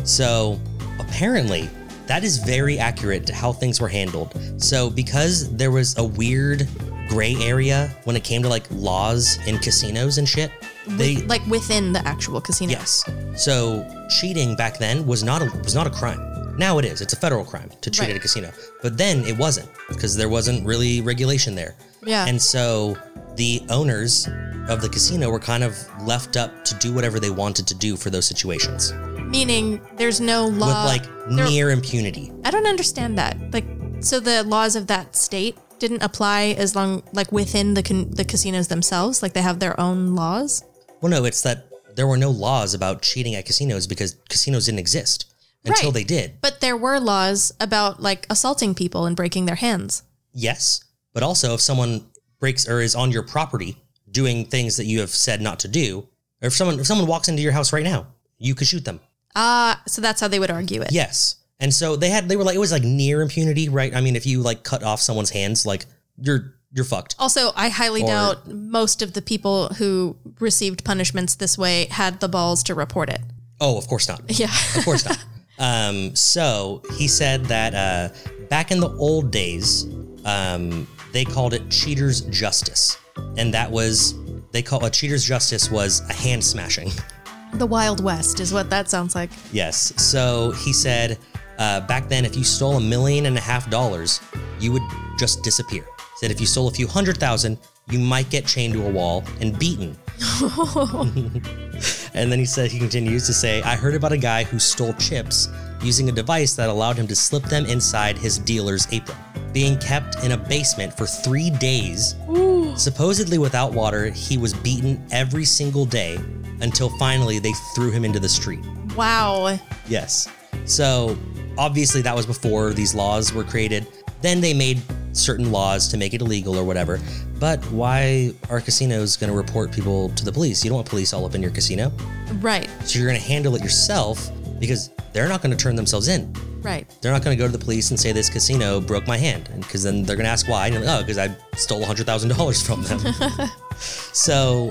S2: So apparently, that is very accurate to how things were handled. So because there was a weird gray area when it came to like laws in casinos and shit, they
S1: like within the actual casino.
S2: yes. So cheating back then was not a, was not a crime. Now it is. It's a federal crime to cheat
S1: Right.
S2: at a casino. But then it wasn't because there wasn't really regulation there.
S1: Yeah.
S2: And so the owners of the casino were kind of left up to do whatever they wanted to do for those situations
S1: Meaning there's no law.
S2: with like
S1: there-
S2: near impunity.
S1: I don't understand that. Like, so the laws of that state didn't apply as long, like within the con- the casinos themselves. Like they have their own laws.
S2: Well, no, it's that there were no laws about cheating at casinos because casinos didn't exist until
S1: Right.
S2: they did.
S1: But there were laws about like assaulting people and breaking their hands.
S2: Yes, but also if someone breaks or is on your property doing things that you have said not to do, or if someone if someone walks into your house right now, you could shoot them.
S1: Ah, so that's how they would argue it.
S2: Yes, and so they had they were like it was like near impunity, right? I mean, if you like cut off someone's hands, like you're you're fucked.
S1: Also, I highly
S2: Or-
S1: doubt most of the people who received punishments this way had the balls to report it.
S2: Oh, of course not.
S1: Yeah.
S2: Of course not. Um, so he said that uh, back in the old days, um, they called it cheaters' justice, and that was they call a cheaters' justice was a hand smashing.
S1: the Wild West is what that sounds like.
S2: Yes. So he said, uh, back then, if you stole a million and a half dollars, you would just disappear. He said if you stole a few hundred thousand, you might get chained to a wall and beaten. and then he said he continues to say, I heard about a guy who stole chips using a device that allowed him to slip them inside his dealer's apron, being kept in a basement for three days. Supposedly without water, he was beaten every single day until finally they threw him into the street.
S1: Wow.
S2: Yes. So obviously that was before these laws were created. Then they made certain laws to make it illegal or whatever. But why are casinos going to report people to the police? You don't want police all up in your casino.
S1: Right.
S2: So you're going to handle it yourself because they're not going to turn themselves in.
S1: Right.
S2: They're not going to go to the police and say this casino broke my hand, and because then they're going to ask why. And, oh, because I stole hundred thousand dollars from them. so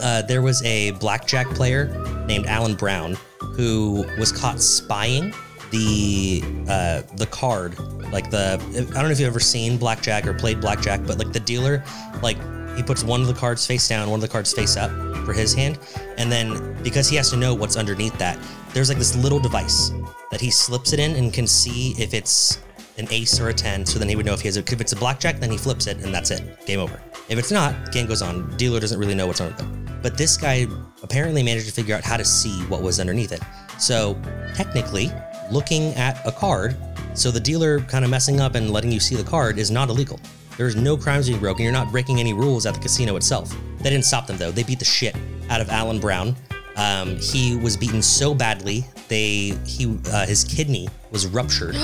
S2: uh, there was a blackjack player named Alan Brown who was caught spying the uh, the card, like the I don't know if you've ever seen blackjack or played blackjack, but like the dealer, like he puts one of the cards face down, one of the cards face up for his hand, and then because he has to know what's underneath that, there's like this little device that he slips it in and can see if it's an ace or a 10. So then he would know if he has a, if it's a blackjack, then he flips it and that's it. Game over. If it's not, game goes on. Dealer doesn't really know what's under there. But this guy apparently managed to figure out how to see what was underneath it. So technically, looking at a card, so the dealer kind of messing up and letting you see the card is not illegal. There's no crimes being broken. You're not breaking any rules at the casino itself. They didn't stop them though. They beat the shit out of Alan Brown. Um, he was beaten so badly, they he uh, his kidney was ruptured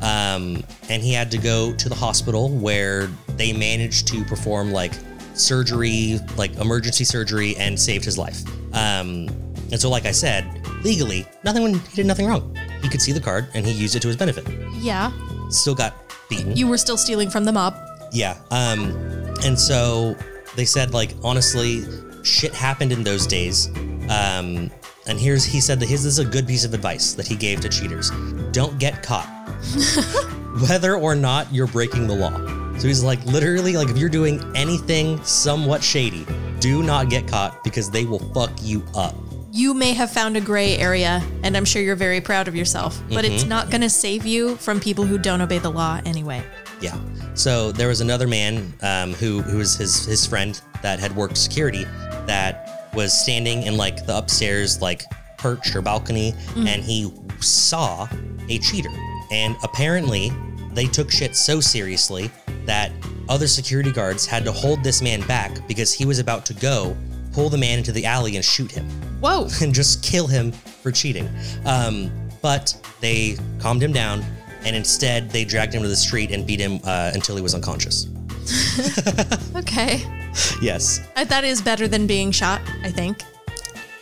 S2: um, and he had to go to the hospital where they managed to perform like surgery, like emergency surgery, and saved his life. Um, and so, like I said, legally, nothing. When he did nothing wrong, he could see the card and he used it to his benefit.
S1: Yeah.
S2: Still got beaten.
S1: You were still stealing from the mob.
S2: Yeah. Um, and so they said, like, honestly, shit happened in those days. Um, and here's he said that his this is a good piece of advice that he gave to cheaters: don't get caught, whether or not you're breaking the law. So he's like, literally, like, if you're doing anything somewhat shady, do not get caught because they will fuck you up.
S1: You may have found a gray area, and I'm sure you're very proud of yourself, but
S2: Mm-hmm.
S1: it's not going to save you from people who don't obey the law anyway.
S2: Yeah. So there was another man um, who who was his his friend that had worked security that was standing in like the upstairs like perch or balcony, and he saw a cheater. And apparently, they took shit so seriously that other security guards had to hold this man back because he was about to go pull the man into the alley and shoot him
S1: Whoa.
S2: and just kill him for cheating. Um, but they calmed him down, and instead they dragged him to the street and beat him uh, until he was unconscious.
S1: Okay.
S2: Yes,
S1: Uh, That is better than being shot, I think.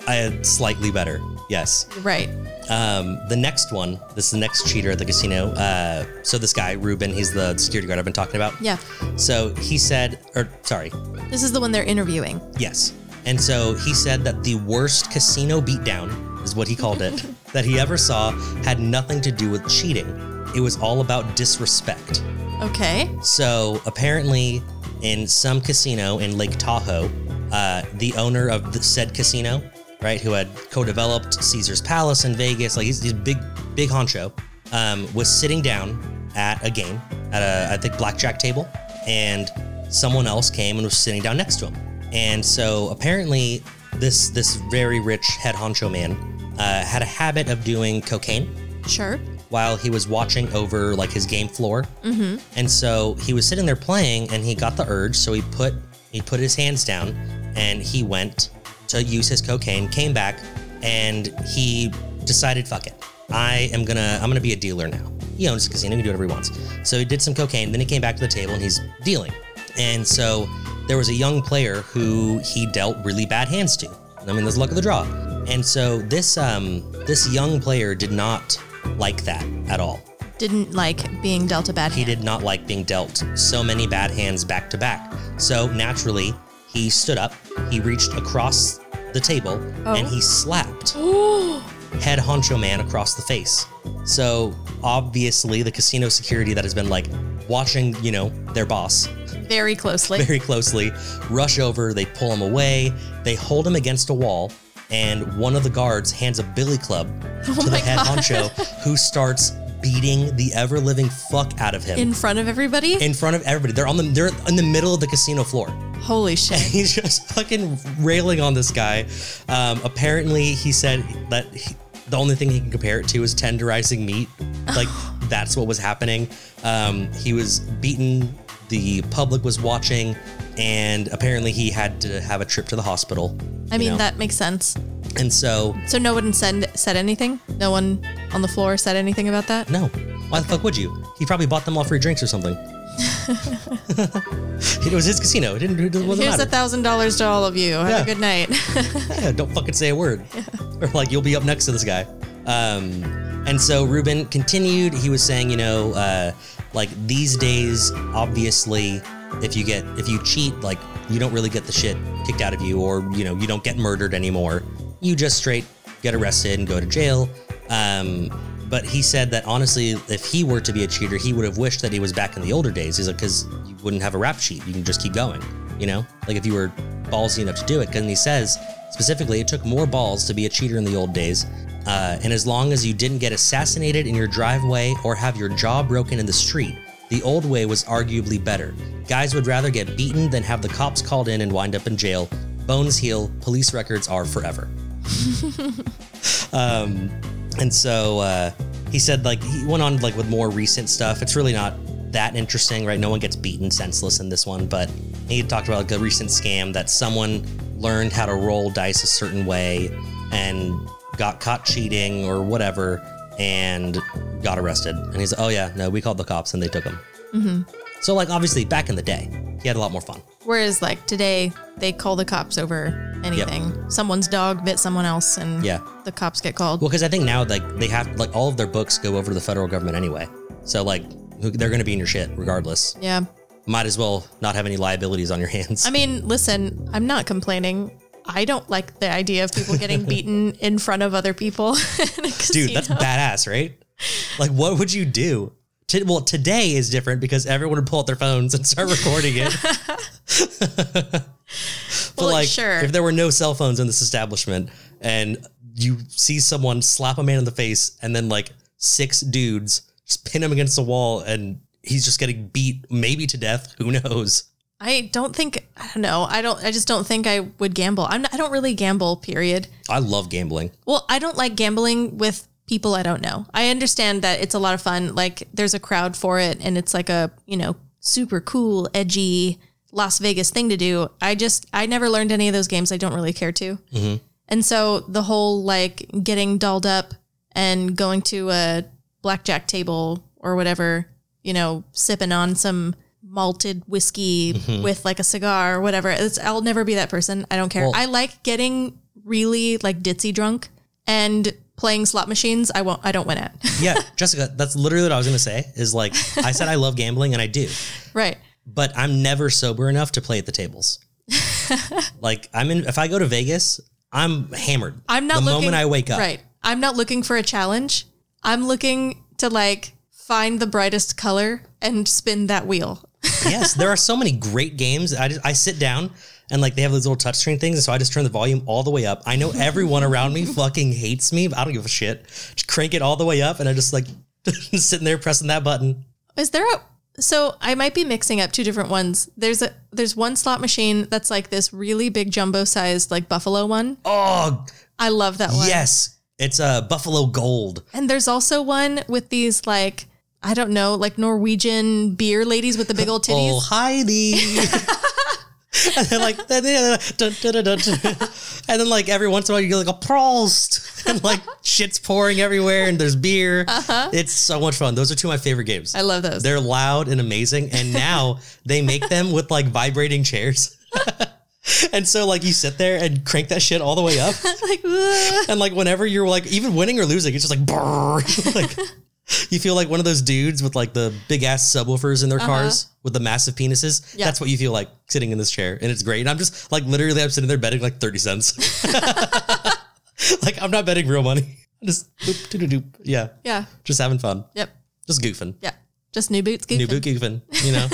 S2: uh, slightly better. Yes.
S1: Right.
S2: Um, the next one, this is the next cheater at the casino. Uh, so this guy Ruben, he's the security guard I've been talking about.
S1: Yeah.
S2: So he said, or sorry,
S1: This is the one they're interviewing.
S2: Yes. And so he said that the worst casino beatdown is what he called it that he ever saw had nothing to do with cheating. It was all about disrespect.
S1: Okay.
S2: So apparently, in some casino in Lake Tahoe, uh, the owner of the said casino, right, who had co-developed Caesar's Palace in Vegas, like he's, he's a big, big honcho, um, was sitting down at a game at a I think blackjack table, and someone else came and was sitting down next to him, and so apparently this this very rich head honcho man uh, had a habit of doing cocaine
S1: Sure.
S2: while he was watching over like his game floor. Mm-hmm. And so he was sitting there playing, and he got the urge. So he put he put his hands down, and he went to use his cocaine. Came back, and he decided, "Fuck it, I am gonna I'm gonna be a dealer now." He owns a casino; he can do whatever he wants. So he did some cocaine. Then he came back to the table, and he's dealing. And so there was a young player who he dealt really bad hands to. I mean, there's luck of the draw. And so this um, this young player did not like that at all.
S1: Didn't like being dealt a bad
S2: He
S1: hand.
S2: did not like being dealt so many bad hands back to back. So naturally, he stood up, he reached across the table, and he slapped head honcho man across the face. So obviously, the casino security that has been like watching, you know, their boss
S1: Very closely.
S2: very closely, rush over, they pull him away, they hold him against a wall, and one of the guards hands a billy club to the head honcho, who starts beating the ever living fuck out of him in,
S1: In front of everybody?
S2: front of everybody. They're on the they're in the middle of the casino floor.
S1: Holy shit.
S2: He's just fucking railing on this guy. Um, apparently, he said that he, the only thing he can compare it to is tenderizing meat. Like that's what was happening. Um, he was beaten. The public was watching, and apparently, he had to have a trip to the hospital.
S1: I
S2: you
S1: mean,
S2: know?
S1: that makes sense.
S2: And so,
S1: So no one said, said anything? No one on the floor said anything about that?
S2: no, Why the fuck would you? He probably bought them all free drinks or something. it was his casino. It didn't. It wasn't
S1: Here's
S2: matter.
S1: a thousand dollars to all of you. Have
S2: Yeah.
S1: a good night.
S2: Yeah, don't fucking say a word. Or like you'll be up next to this guy. Um, and so Ruben continued. He was saying, you know, uh, like these days, obviously, if you get if you cheat, like you don't really get the shit kicked out of you, or you know, you don't get murdered anymore. You just straight get arrested and go to jail. Um, but he said that honestly, if he were to be a cheater, he would have wished that he was back in the older days. He's like, because you wouldn't have a rap sheet. You can just keep going, you know? Like if you were ballsy enough to do it. Because he says specifically, it took more balls to be a cheater in the old days. Uh, and as long as you didn't get assassinated in your driveway or have your jaw broken in the street, the old way was arguably better. Guys would rather get beaten than have the cops called in and wind up in jail. Bones heal, police records are forever. And so uh, he said, like, he went on like with more recent stuff. It's really not that interesting, right? No one gets beaten senseless in this one, but he had talked about like a recent scam that someone learned how to roll dice a certain way and got caught cheating or whatever and got arrested. And he's, oh yeah, no, we called the cops and they took him. So like, obviously, back in the day, he had a lot more fun.
S1: Whereas like today, they call the cops over anything. Someone's dog bit someone else, and
S2: Yeah.
S1: the cops get called.
S2: Well, because I think now like they have like all of their books go over to the federal government anyway, so like who- they're going to be in your shit regardless.
S1: yeah.
S2: might as well not have any liabilities on your hands.
S1: I mean, listen, I'm not complaining. I don't like the idea of people getting beaten in front of other people. in a
S2: Dude, that's
S1: casino.
S2: badass, right? Like, what would you do? To, well, today is different because everyone would pull out their phones and start recording it. but
S1: Well,
S2: like,
S1: sure.
S2: if there were no cell phones in this establishment and you see someone slap a man in the face and then like six dudes just pin him against the wall and he's just getting beat maybe to death, who knows?
S1: I don't think I don't know. I don't. I just don't think I would gamble. I'm. Not, I don't really gamble. Period.
S2: I love gambling.
S1: Well, I don't like gambling with people I don't know. I understand that it's a lot of fun. Like there's a crowd for it and it's like a, you know, super cool, edgy Las Vegas thing to do. I just I never learned any of those games. I don't really care to. And so the whole like getting dolled up and going to a blackjack table or whatever, you know, sipping on some malted whiskey
S2: Mm-hmm.
S1: with like a cigar or whatever. It's, I'll never be that person. I don't care. I like getting really like ditzy drunk and playing slot machines. I won't, I don't win at.
S2: Yeah, Jessica, that's literally what I was going to say is like, I said I love gambling and I do.
S1: right.
S2: but I'm never sober enough to play at the tables. like I'm in. If I go to Vegas, I'm hammered.
S1: I'm not
S2: the
S1: looking,
S2: moment I wake up.
S1: Right. I'm not looking for a challenge. I'm looking to like find the brightest color and spin that wheel.
S2: yes, there are so many great games. I just, I sit down and like they have those little touchscreen things, and so I just turn the volume all the way up. I know everyone around me fucking hates me, but I don't give a shit. Just crank it all the way up, and I just like sitting there pressing that button.
S1: Is there a so I might be mixing up two different ones. There's a there's one slot machine that's like this really big jumbo sized like buffalo one.
S2: Oh
S1: I love that one.
S2: yes, it's a uh, Buffalo Gold.
S1: And there's also one with these like I don't know, like Norwegian beer ladies with the big old titties.
S2: Oh Heidi. and then like then, yeah, dun, dun, dun, dun, dun. and then like every once in a while you get like a Proust and like shit's pouring everywhere and there's beer. It's so much fun. Those are two of my favorite games.
S1: Uh-huh. I love those.
S2: They're loud and amazing and now they make them with like vibrating chairs. and so like you sit there and crank that shit all the way up
S1: like "Ugh."
S2: and like whenever you're like even winning or losing it's just like brrr. like you feel like one of those dudes with like the big ass subwoofers in their cars with the massive penises
S1: Uh-huh. Yeah.
S2: that's what you feel like sitting in this chair and it's great and i'm just like literally i'm sitting there betting like 30 cents like i'm not betting real money just doop, doop, doop, doop. yeah
S1: yeah.
S2: just having fun
S1: Yep.
S2: just goofing
S1: Yeah. Just new boots.
S2: new
S1: New
S2: boot goofing you know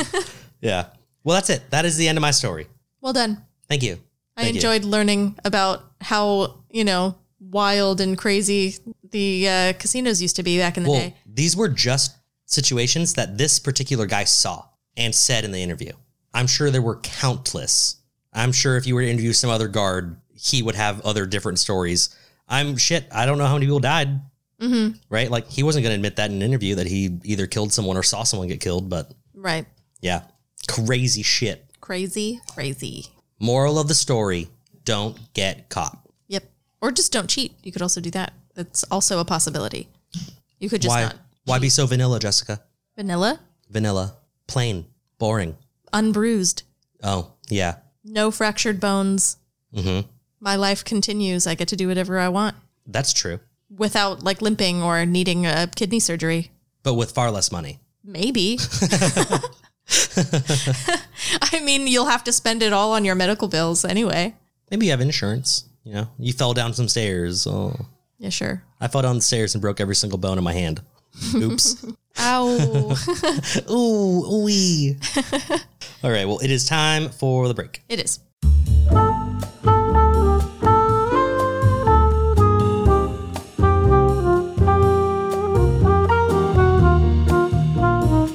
S2: yeah well that's it that is the end of my story
S1: Well done.
S2: thank you
S1: I
S2: Thank you.
S1: enjoyed learning about how, you know, wild and crazy the uh, casinos used to be back in the
S2: Well,
S1: day.
S2: these were just situations that this particular guy saw and said in the interview. I'm sure there were countless. I'm sure if you were to interview some other guard, he would have other different stories. I'm shit. I don't know how many people died.
S1: Mm-hmm.
S2: Right? Like he wasn't going to admit that in an interview that he either killed someone or saw someone get killed. But
S1: Right.
S2: yeah, crazy shit.
S1: Crazy, crazy.
S2: Moral of the story: Don't get caught.
S1: Yep. Or just don't cheat. You could also do that. That's also a possibility. You could just
S2: why?
S1: not.
S2: Why be so vanilla, Jessica?
S1: Vanilla,
S2: Vanilla, plain, boring.
S1: unbruised,
S2: Oh, yeah.
S1: no fractured bones.
S2: Mm-hmm.
S1: My life continues. I get to do whatever I want
S2: That's true,
S1: without like limping or needing a kidney surgery.
S2: but with far less money.
S1: Maybe. I mean, you'll have to spend it all on your medical bills anyway.
S2: Maybe you have insurance. You know, you fell down some stairs. Oh,
S1: Yeah, sure.
S2: I fell down the stairs and broke every single bone in my hand. Oops.
S1: Ow.
S2: Ooh, wee. All right. Well, it is time for the break.
S1: it is.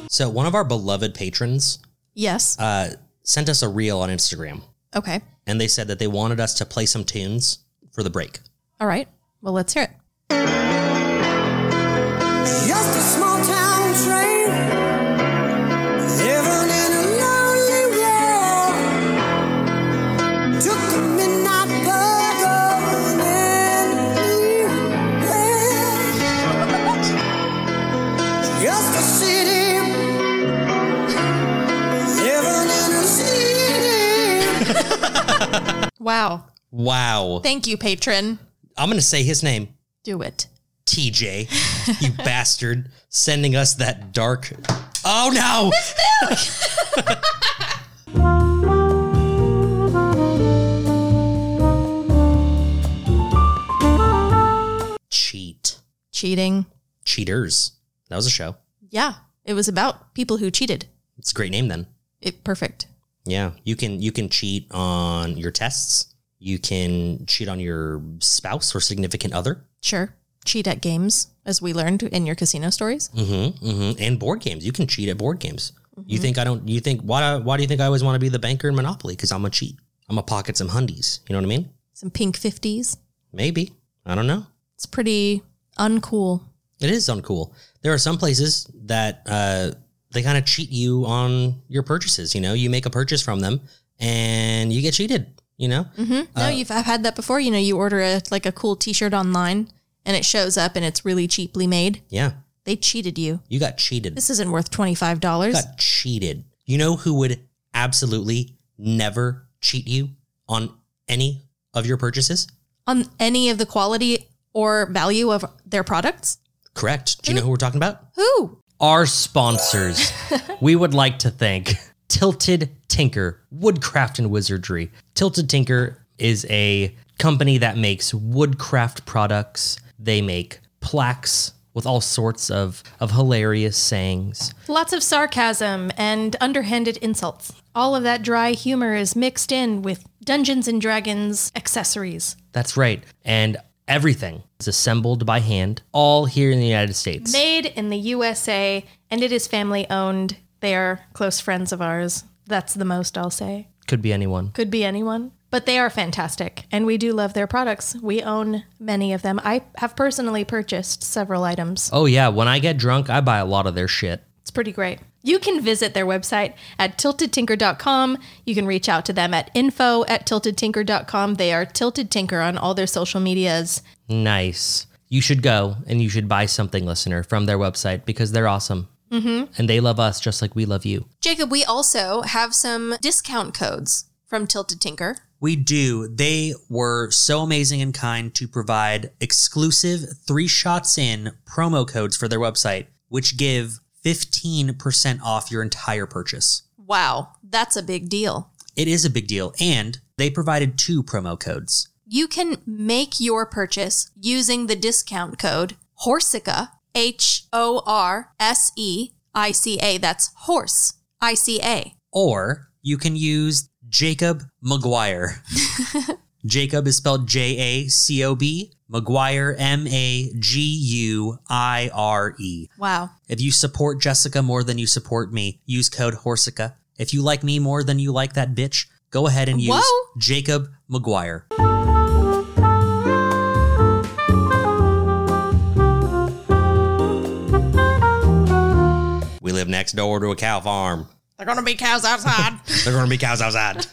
S2: So, one of our beloved patrons
S1: Yes.
S2: uh, sent us a reel on Instagram,
S1: okay.
S2: and they said that they wanted us to play some tunes for the break.
S1: All right. Well, let's hear it.
S6: Just a small town train living in a lonely world. Took the midnight bug on and anywhere. Just a city living in a city.
S1: Wow.
S2: Wow.
S1: Thank you, patron.
S2: I'm going to say his name
S1: Do it.
S2: TJ, you bastard, sending us that dark. Oh no! Cheat.
S1: Cheating.
S2: Cheaters. That was a show.
S1: Yeah. It was about people who cheated.
S2: It's a great name then.
S1: It perfect.
S2: Yeah, you can you can cheat on your tests. You can cheat on your spouse or significant other.
S1: Sure. Cheat at games, as we learned in your casino stories.
S2: Mm-hmm, mm-hmm. And board games. You can cheat at board games. You think I don't? You think why? Why do you think I always want to be the banker in Monopoly? Because I'm a cheat. I'm a pocket some hundies. You know what I mean?
S1: Some pink 50s.
S2: Maybe I don't know.
S1: It's pretty uncool.
S2: It is uncool. There are some places that uh, they kind of cheat you on your purchases. You know, you make a purchase from them and you get cheated. You know,
S1: Mm-hmm. No, you've I've had that before. You know, you order a like a cool T-shirt online, and it shows up, and it's really cheaply made.
S2: yeah,
S1: They cheated you.
S2: you got cheated.
S1: This isn't worth twenty five dollars.
S2: got cheated. You know who would absolutely never cheat you on any of your purchases?
S1: on any of the quality or value of their products?
S2: Correct.
S1: Mm-hmm.
S2: Do you know who we're talking about?
S1: Who?
S2: Our sponsors, we would like to thank Tilted Tinker, Woodcraft and Wizardry. Tilted Tinker is a company that makes woodcraft products. They make plaques with all sorts of, of hilarious sayings.
S7: Lots of sarcasm and underhanded insults. All of that dry humor is mixed in with Dungeons and Dragons accessories.
S2: That's right. And everything is assembled by hand, all here in the United States.
S7: Made in the USA, and it is family owned. They are close friends of ours. That's the most I'll say.
S2: Could be anyone.
S7: Could be anyone. But they are fantastic, and we do love their products. We own many of them. I have personally purchased several items.
S2: Oh, yeah. When I get drunk, I buy a lot of their shit.
S7: It's pretty great. You can visit their website at tiltedtinker.com. You can reach out to them at info at tiltedtinker.com. They are Tilted Tinker on all their social medias.
S2: Nice. You should go and you should buy something, listener, from their website because they're awesome. Mm-hmm. And they love us just like we love you.
S1: Jacob, we also have some discount codes from Tilted Tinker.
S2: We do. They were so amazing and kind to provide exclusive three shots in promo codes for their website, which give 15% off your entire purchase.
S1: Wow, that's a big deal.
S2: It is a big deal. And they provided two promo codes.
S1: You can make your purchase using the discount code Horsica, H O R S E I C A. That's horse, I C A.
S2: or you can use Jacob McGuire. Jacob is spelled J A C O B, McGuire M A G U I R E.
S1: Wow.
S2: If you support Jessica more than you support me, use code Horsica. If you like me more than you like that bitch, go ahead and use
S1: Whoa.
S2: Jacob McGuire. We live next door to a cow farm.
S1: They're going to be cows outside.
S2: There's gonna be cows outside.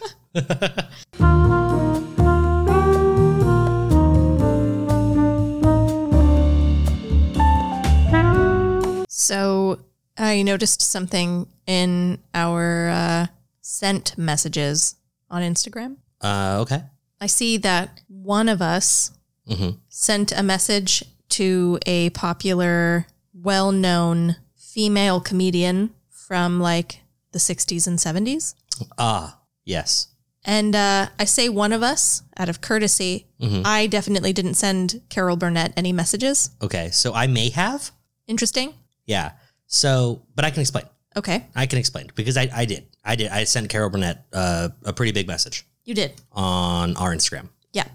S1: So I noticed something in our uh, sent messages on Instagram.
S2: Uh, okay.
S1: I see that one of us
S2: Mhm.
S1: sent a message to a popular, well known female comedian from like the 60s and 70s.
S2: Ah, yes.
S1: And uh, I say one of us out of courtesy. I definitely didn't send Carol Burnett any messages.
S2: Okay. So I may have.
S1: Interesting.
S2: Yeah. So, but I can explain.
S1: Okay.
S2: I can explain because I, I did. I did. I sent Carol Burnett uh, a pretty big message
S1: You did.
S2: on our Instagram.
S1: Yeah.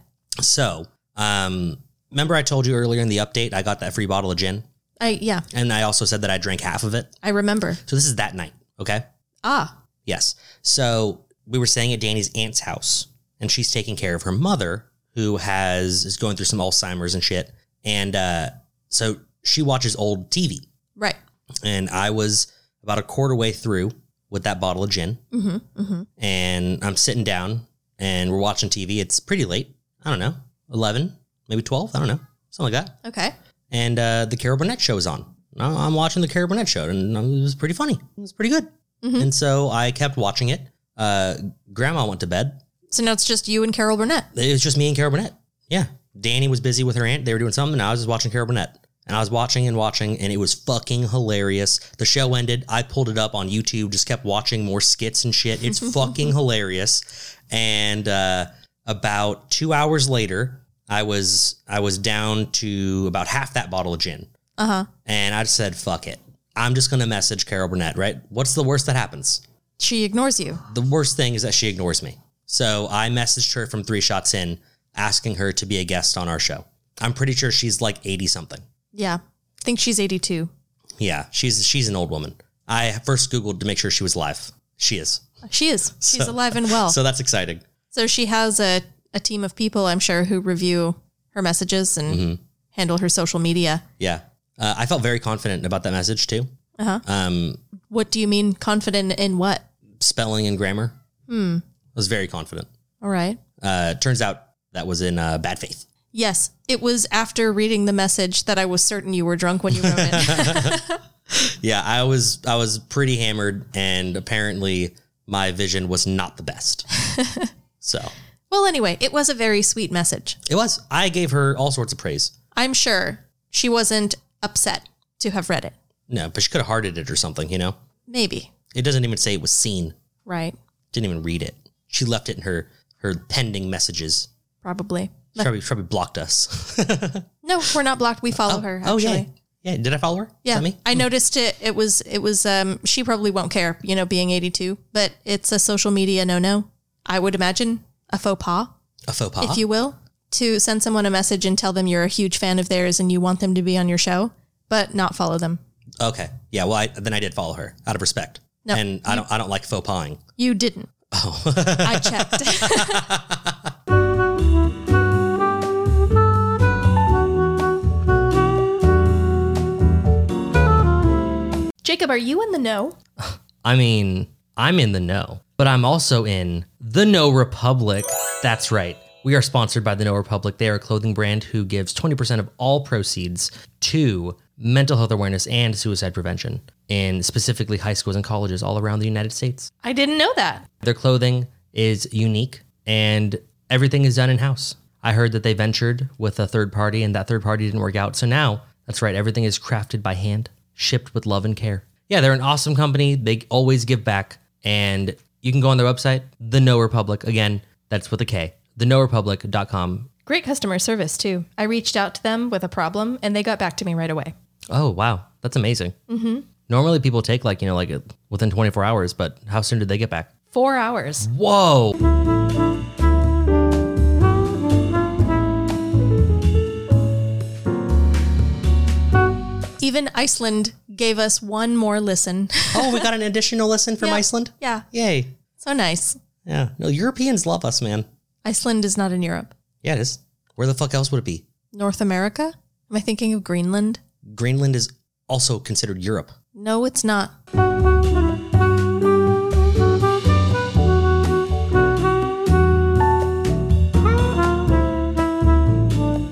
S2: So, um, remember I told you earlier in the update I got that free bottle of gin,
S1: I, yeah.
S2: and I also said that I drank half of it.
S1: I remember.
S2: So this is that night. Okay.
S1: Ah,
S2: Yes. So we were staying at Danny's aunt's house, and she's taking care of her mother, who has is going through some Alzheimer's and shit. And uh, so she watches old TV,
S1: right.
S2: and I was about a quarter way through with that bottle of gin,
S1: Mm hmm. Mm hmm.
S2: and I'm sitting down, and we're watching TV. It's pretty late. I don't know, eleven, maybe twelve. I don't know, something like that.
S1: Okay.
S2: And uh, the Carol Burnett show is on. I'm I'm watching the Carol Burnett show, and uh, it was pretty funny. It was pretty good.
S1: Mhm.
S2: And so I kept watching it. Uh, grandma went to bed.
S1: So now it's just you and Carol Burnett.
S2: It was just me and Carol Burnett. Yeah. Danny was busy with her aunt. They were doing something, and I was just watching Carol Burnett. And I was watching and watching, and it was fucking hilarious. The show ended. I pulled it up on YouTube, just kept watching more skits and shit. It's fucking hilarious. And uh, about two hours later, I was I was down to about half that bottle of gin.
S1: Uh huh.
S2: And I said, fuck it. I'm just going to message Carol Burnett, right? What's the worst that happens?
S1: She ignores you.
S2: The worst thing is that she ignores me. So I messaged her from three shots in, asking her to be a guest on our show. I'm pretty sure she's like 80 something.
S1: Yeah. I think she's 82.
S2: Yeah, she's she's an old woman. I first Googled to make sure she was alive. She is.
S1: She is. She's
S2: So-
S1: alive and well.
S2: So
S1: So,
S2: that's exciting.
S1: she has a, a team of people, I'm sure, who review her messages and
S2: Mm-hmm.
S1: handle her social media.
S2: Yeah. Uh, I felt very confident about that message too.
S1: Uh-huh.
S2: Um,
S1: What do you mean confident in what?
S2: spelling and grammar. Hmm. I was very confident.
S1: All right.
S2: Uh, turns out that was in uh, bad faith.
S1: Yes. It was after reading the message that I was certain you were drunk when you wrote it.
S2: Yeah, I was I was pretty hammered, and apparently my vision was not the best. so
S1: well, anyway, it was a very sweet message.
S2: it was. I gave her all sorts of praise.
S1: I'm sure she wasn't upset to have read it.
S2: No, but she could have hearted it or something. You know,
S1: Maybe.
S2: it doesn't even say it was seen.
S1: Right.
S2: Didn't even read it. She left it in her her pending messages.
S1: Probably.
S2: She probably probably blocked us.
S1: No, we're not blocked. We follow her. Actually.
S2: oh yeah, yeah. Did I follow her? Is
S1: Yeah,
S2: that me?
S1: I noticed it. It was, it was, um, she probably won't care, you know, being 82, but it's a social media no no. I would imagine a faux pas,
S2: A faux pas.
S1: if you will, to send someone a message and tell them you're a huge fan of theirs and you want them to be on your show, but not follow them.
S2: okay. Yeah. Well, I, then I did follow her out of respect.
S1: No,
S2: and I don't I don't like faux pahing.
S1: You didn't. Oh, I checked.
S7: Jacob, are you in the know?
S2: I mean, I'm in the know, but I'm also in the No Republic. That's right. We are sponsored by the No Republic. They are a clothing brand who gives 20% of all proceeds to mental health awareness and suicide prevention in specifically high schools and colleges all around the United States.
S7: I didn't know that.
S2: Their clothing is unique and everything is done in house. I heard that they ventured with a third party and that third party didn't work out. So now, that's right, everything is crafted by hand, shipped with love and care. Yeah, they're an awesome company. They always give back. And you can go on their website, The No Republic. Again, that's with a K, thenorepublic.com.
S7: Great customer service, too. I reached out to them with a problem and they got back to me right away.
S2: Oh, wow. That's amazing. Mm-hmm. Normally people take like, you know, like uh, within 24 hours, but how soon did they get back?
S7: Four hours.
S2: Mm-hmm. Whoa.
S1: Even Iceland gave us one more listen.
S2: Oh, we got an additional listen from
S1: Yeah.
S2: Iceland?
S1: yeah.
S2: Yay.
S1: So nice.
S2: Yeah. No, Europeans love us, man.
S1: Iceland is not in Europe.
S2: Yeah, it is. Where the fuck else would it be?
S1: North America? Am I thinking of Greenland?
S2: Greenland is also considered Europe.
S1: No, it's not.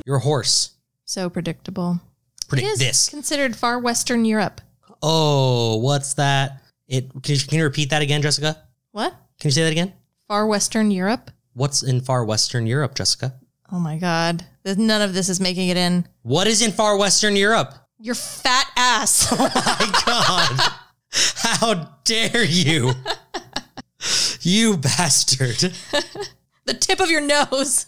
S2: Your horse.
S1: So predictable.
S2: Predict
S1: It is
S2: this.
S1: considered far Western Europe.
S2: Oh, what's that? It can you, can you repeat that again, Jessica?
S1: What?
S2: Can you say that again?
S1: Far Western Europe?
S2: What's in far Western Europe, Jessica?
S1: Oh my God. There's- None of this is making it in.
S2: What is in far Western Europe?
S1: Your fat ass.
S2: My God. How dare you? You bastard.
S1: the tip of your nose.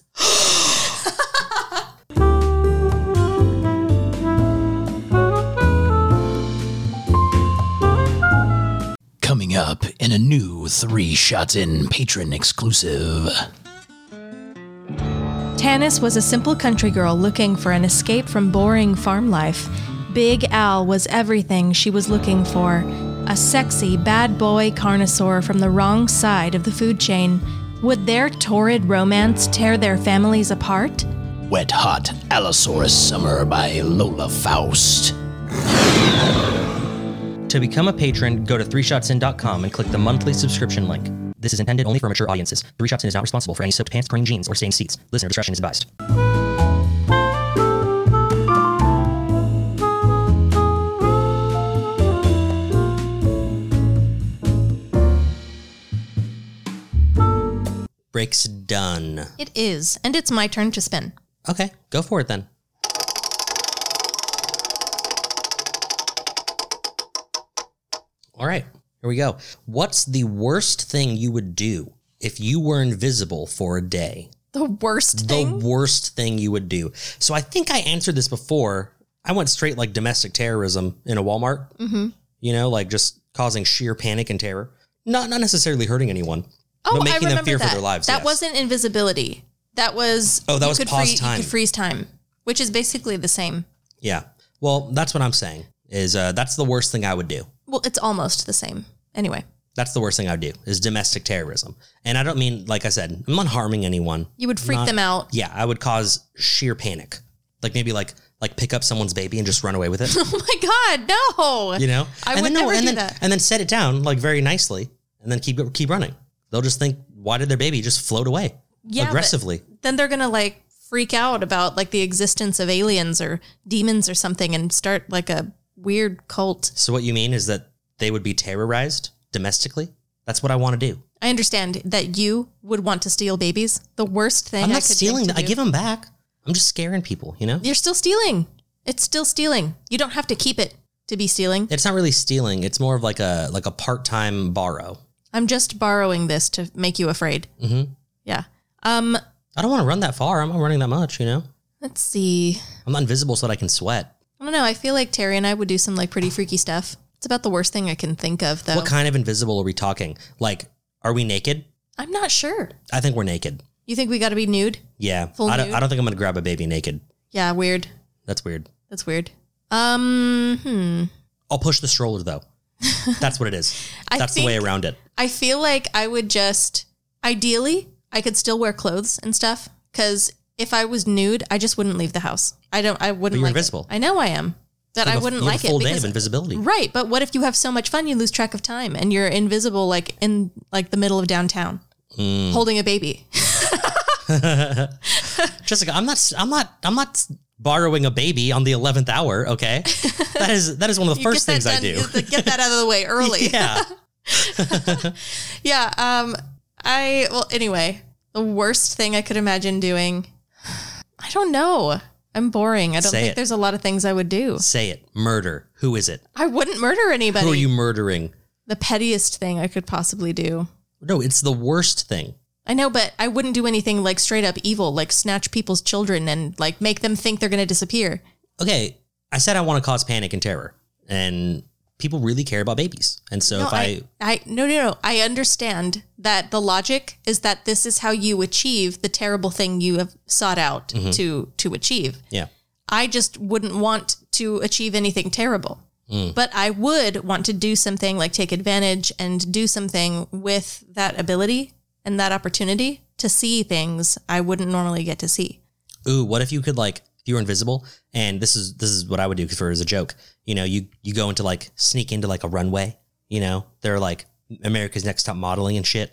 S5: Coming up in a new Three Shots In patron exclusive.
S7: Tanis was a simple country girl looking for an escape from boring farm life. Big Al was everything she was looking for a sexy, bad boy carnivore from the wrong side of the food chain. Would their torrid romance tear their families apart?
S5: Wet Hot Allosaurus Summer by Lola Faust.
S2: To become a patron, go to 3shotsin.com and click the monthly subscription link. This is intended only for mature audiences. 3 Shots In is not responsible for any soaked pants, green jeans, or stained seats. Listener discretion is advised. Breaks done.
S1: It is. And it's my turn to spin.
S2: Okay, go for it then. All right, here we go. What's the worst thing you would do if you were invisible for a day?
S1: The worst thing.
S2: The worst thing you would do. So I think I answered this before. I went straight like domestic terrorism in a Walmart. Mm-hmm. You know, like just causing sheer panic and terror. Not not necessarily hurting anyone,
S7: Oh,
S2: but making them fear
S1: Oh, that.
S2: for their lives.
S1: That
S2: yes.
S1: wasn't invisibility. That was
S2: Oh, that
S1: you
S2: was
S1: could
S2: pause
S1: free-
S2: time.
S1: You could freeze time, which is basically the same.
S2: Yeah. Well, that's what I'm saying. Is uh, that's the worst thing I would do.
S1: Well, it's almost the same. Anyway,
S2: That's the worst thing I would do is domestic terrorism. And I don't mean like I said, I'm not harming anyone.
S1: you would freak
S2: Not-
S1: them out.
S2: Yeah, I would cause sheer panic. Like maybe like like pick up someone's baby and just run away with it.
S1: Oh my god, no!
S2: You know?
S1: I
S2: and
S1: would
S2: then,
S1: never
S2: and
S1: do
S2: then,
S1: that.
S2: And then set it down like very nicely and then keep keep running. They'll just think, why did their baby just float away?
S1: Yeah, but-
S2: aggressively.
S1: Then they're gonna like freak out about like the existence of aliens or demons or something and start like a weird cult.
S2: So what you mean is that they would be terrorized domestically? That's what I want to do.
S1: I understand that you would want to steal babies. The worst thing
S2: I'm
S1: I
S2: not
S1: could think
S2: stealing
S1: to
S2: them. I
S1: do-
S2: give them back. I'm just scaring people, you know?
S1: You're still stealing. It's still stealing. You don't have to keep it to be stealing.
S2: It's not really stealing. It's more of like a like a part-time borrow.
S1: I'm just borrowing this to make you afraid.
S2: Mhm.
S1: Yeah. Um.
S2: I don't want to run that far. I'm not running that much, you know.
S1: Let's see.
S2: I'm not invisible so that I can sweat.
S1: I don't know. I feel like Terry and I would do some like pretty freaky stuff. It's about the worst thing I can think of, though.
S2: What kind of invisible are we talking? Like, are we naked?
S1: I'm not sure.
S2: I think we're naked.
S1: You think we got to be nude?
S2: Yeah.
S1: Full
S2: I don't,
S1: nude?
S2: I don't think I'm going to grab a baby naked.
S1: Yeah. Weird.
S2: That's weird.
S1: That's weird. Um. Hmm.
S2: I'll push the stroller though. That's what it is.
S1: I
S2: That's the way
S1: think-
S2: around it.
S1: I feel like I would just ideally I could still wear clothes and stuff because if I was nude, I just wouldn't leave the house. I don't. I wouldn't.
S2: But you're
S1: like it.
S2: invisible.
S1: I know I am. That
S2: You
S1: I
S2: have a-
S1: wouldn't
S2: you have
S1: like
S2: a full
S1: it
S2: day of
S1: because
S2: invisibility.
S1: Right, but what if you have so much fun you lose track of time and you're invisible like in like the middle of downtown
S2: Mm.
S1: holding a baby.
S2: Jessica, I'm not. I'm not. I'm not borrowing a baby on the eleventh hour. Okay, that is that is one of the
S1: You
S2: first
S1: get
S2: things
S1: that
S2: I do.
S1: done- Get that out of the way early. yeah.
S2: yeah.
S1: um I well anyway, the worst thing I could imagine doing I don't know. I'm boring. I don't
S2: Say
S1: think
S2: it.
S1: there's a lot of things I would do.
S2: Say it. Murder. Who is it?
S1: I wouldn't murder anybody.
S2: Who are you murdering?
S1: The pettiest thing I could possibly do.
S2: No, it's the worst thing.
S1: I know, but I wouldn't do anything like straight up evil, like snatch people's children and like make them think they're going to disappear.
S2: okay, I said I want to cause panic and terror, and people really care about babies. And so
S1: No,
S2: if I,
S1: I, no, no, no. I understand that the logic is that this is how you achieve the terrible thing you have sought out
S2: Mm-hmm.
S1: to to achieve.
S2: yeah,
S1: I just wouldn't want to achieve anything terrible.
S2: Hmm.
S1: But I would want to do something like take advantage and do something with that ability and that opportunity to see things I wouldn't normally get to see.
S2: ooh, what if you could like if you were invisible? And this is this is what I would do for as a joke. You know, you you go into like sneak into like a runway. You know, they're like America's Next Top Modeling and shit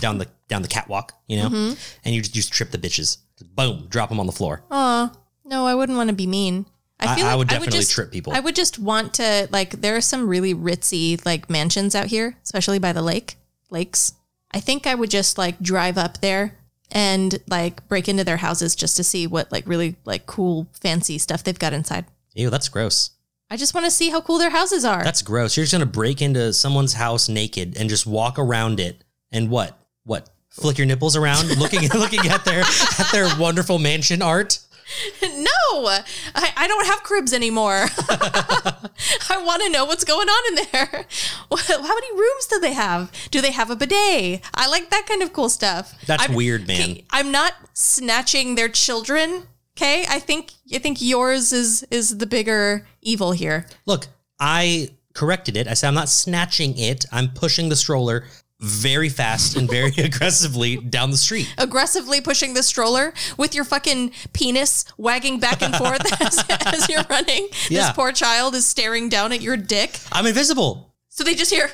S2: down the down the catwalk. You know, and you just you just trip the bitches. Boom, drop them on the floor.
S1: No, I wouldn't want to be mean.
S2: I- I would definitely trip people.
S1: I would just want to like. There are some really ritzy like mansions out here, especially by the lake, lakes. I think I would just like drive up there and like break into their houses just to see what like really like cool fancy stuff they've got inside.
S2: Ew, that's gross.
S1: I just want to see how cool their houses are.
S2: That's gross. You're just gonna break into someone's house naked and just walk around it and what? What? Flick your nipples around, looking looking at their at their wonderful mansion art.
S1: no, I, I don't have cribs anymore. I want to know what's going on in there. What- How many rooms do they have? Do they have a bidet? I like that kind of cool stuff.
S2: That's
S1: I'm-
S2: weird, man.
S1: Okay, I'm not snatching their children. Okay, I think I think yours is is the bigger evil here.
S2: Look, I corrected it. I said I'm not snatching it. I'm pushing the stroller very fast and very aggressively down the street.
S1: Aggressively pushing the stroller with your fucking penis wagging back and forth as, as you're running.
S2: Yeah.
S1: This poor child is staring down at your dick.
S2: I'm invisible.
S1: So they just hear.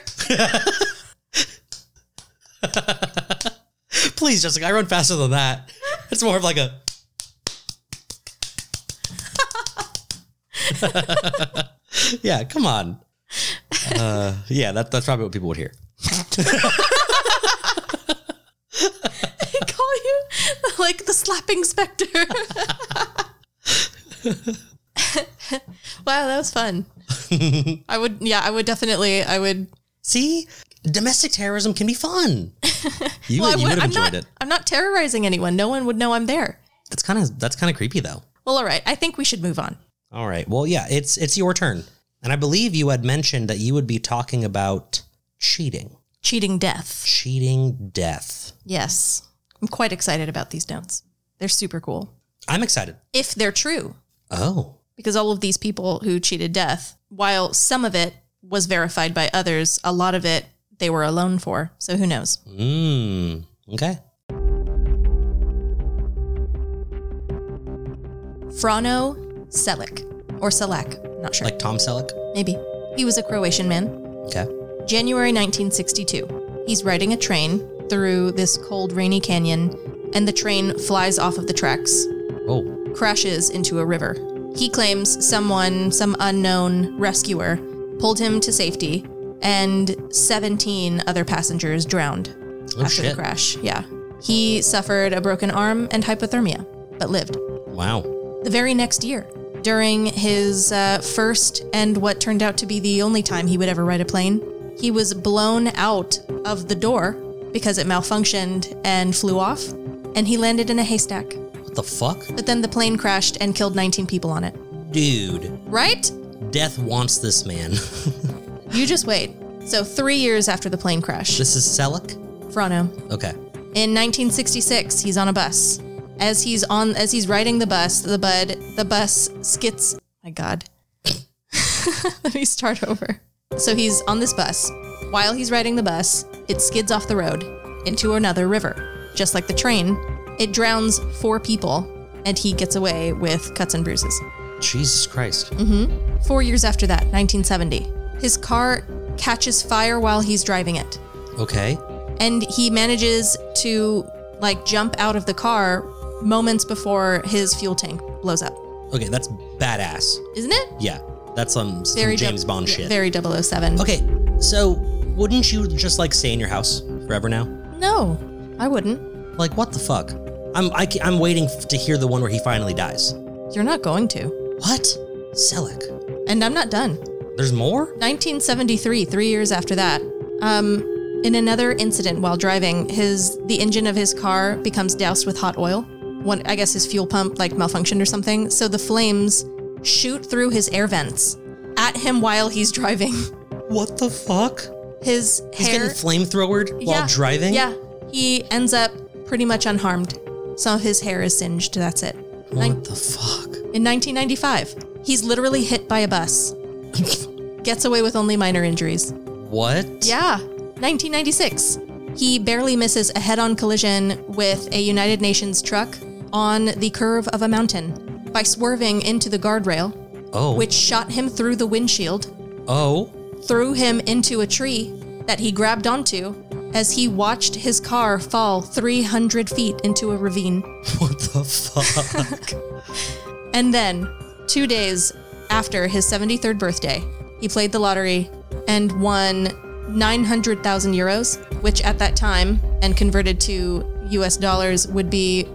S2: Please, Jessica, I run faster than that. It's more of like a Yeah, come on. Uh, yeah, that, that's probably what people would hear.
S1: they call you like the slapping specter. wow, that was fun. I would, yeah, I would definitely, I would.
S2: See, domestic terrorism can be fun. You,
S1: Well, I
S2: you would have
S1: I'm
S2: enjoyed
S1: not,
S2: it.
S1: I'm not terrorizing anyone. No one would know I'm there.
S2: That's kind of that's kind of creepy though.
S1: Well, all right. I think we should move on.
S2: All right. Well, yeah, it's it's your turn, and I believe you had mentioned that you would be talking about cheating,
S1: Cheating death.
S2: cheating death.
S1: Yes, I'm quite excited about these notes. They're super cool
S2: I'm excited.
S1: if they're true,
S2: Oh,
S1: because all of these people who cheated death, while some of it was verified by others, a lot of it they were alone for. So who knows?
S2: mm, okay.
S1: Frano Selic or Selak, not sure.
S2: Like Tom Selleck.
S1: Maybe. He was a Croatian man.
S2: Okay.
S1: January 1962. He's riding a train through this cold, rainy canyon, and the train flies off of the tracks,
S2: Oh,
S1: crashes into a river. He claims someone, some unknown rescuer, pulled him to safety, and 17 other passengers drowned
S2: Oh,
S1: after
S2: shit.
S1: the crash. Yeah. He suffered a broken arm and hypothermia, but lived.
S2: wow.
S1: the very next year during his uh, first and what turned out to be the only time he would ever ride a plane he was blown out of the door because it malfunctioned and flew off and he landed in a haystack
S2: What the fuck,
S1: but then the plane crashed and killed 19 people on it
S2: dude?
S1: right
S2: Death wants this man.
S1: you just wait so three years after the plane crash
S2: this is Selleck.
S1: frano
S2: Okay.
S1: In 1966, he's on a bus. As he's on, as he's riding the bus, the bud, the bus skits. My God, let me start over. So he's on this bus. While he's riding the bus, it skids off the road into another river, just like the train. It drowns four people, and he gets away with cuts and bruises.
S2: Jesus Christ.
S1: Mm. Four years after that, 1970, his car catches fire while he's driving it
S2: Okay.
S1: and he manages to like jump out of the car moments before his fuel tank blows up.
S2: Okay, that's badass.
S1: Isn't it?
S2: Yeah, that's some, some
S1: Very
S2: James
S1: dou-
S2: Bond
S1: yeah,
S2: shit.
S1: Very 007.
S2: Okay, so wouldn't you just like stay in your house forever now?
S1: No, I wouldn't.
S2: Like what the fuck? I'm I, am i am waiting f- to hear the one where he finally dies.
S1: You're not going to.
S2: What? Selleck.
S1: And I'm not done.
S2: There's more?
S1: 1973, three years after that. Um, in another incident while driving, his the engine of his car becomes doused with hot oil. One, I guess his fuel pump like malfunctioned or something. So the flames shoot through his air vents at him while he's driving.
S2: What the fuck?
S1: His
S2: He's
S1: hair.
S2: getting flamethrowered while driving?
S1: Yeah. He ends up pretty much unharmed. Some of his hair is singed. That's it. Nin-
S2: What the fuck?
S1: In 1995, he's literally hit by a bus. Gets away with only minor injuries.
S2: What?
S1: Yeah. 1996. He barely misses a head on collision with a United Nations truck on the curve of a mountain by swerving into the guardrail,
S2: Oh.
S1: which shot him through the windshield
S2: Oh.
S1: threw him into a tree that he grabbed onto as he watched his car fall 300 feet into a ravine.
S2: What the fuck?
S1: And then, two days after his 73rd birthday, he played the lottery and won 900,000 euros, which at that time and converted to US dollars would be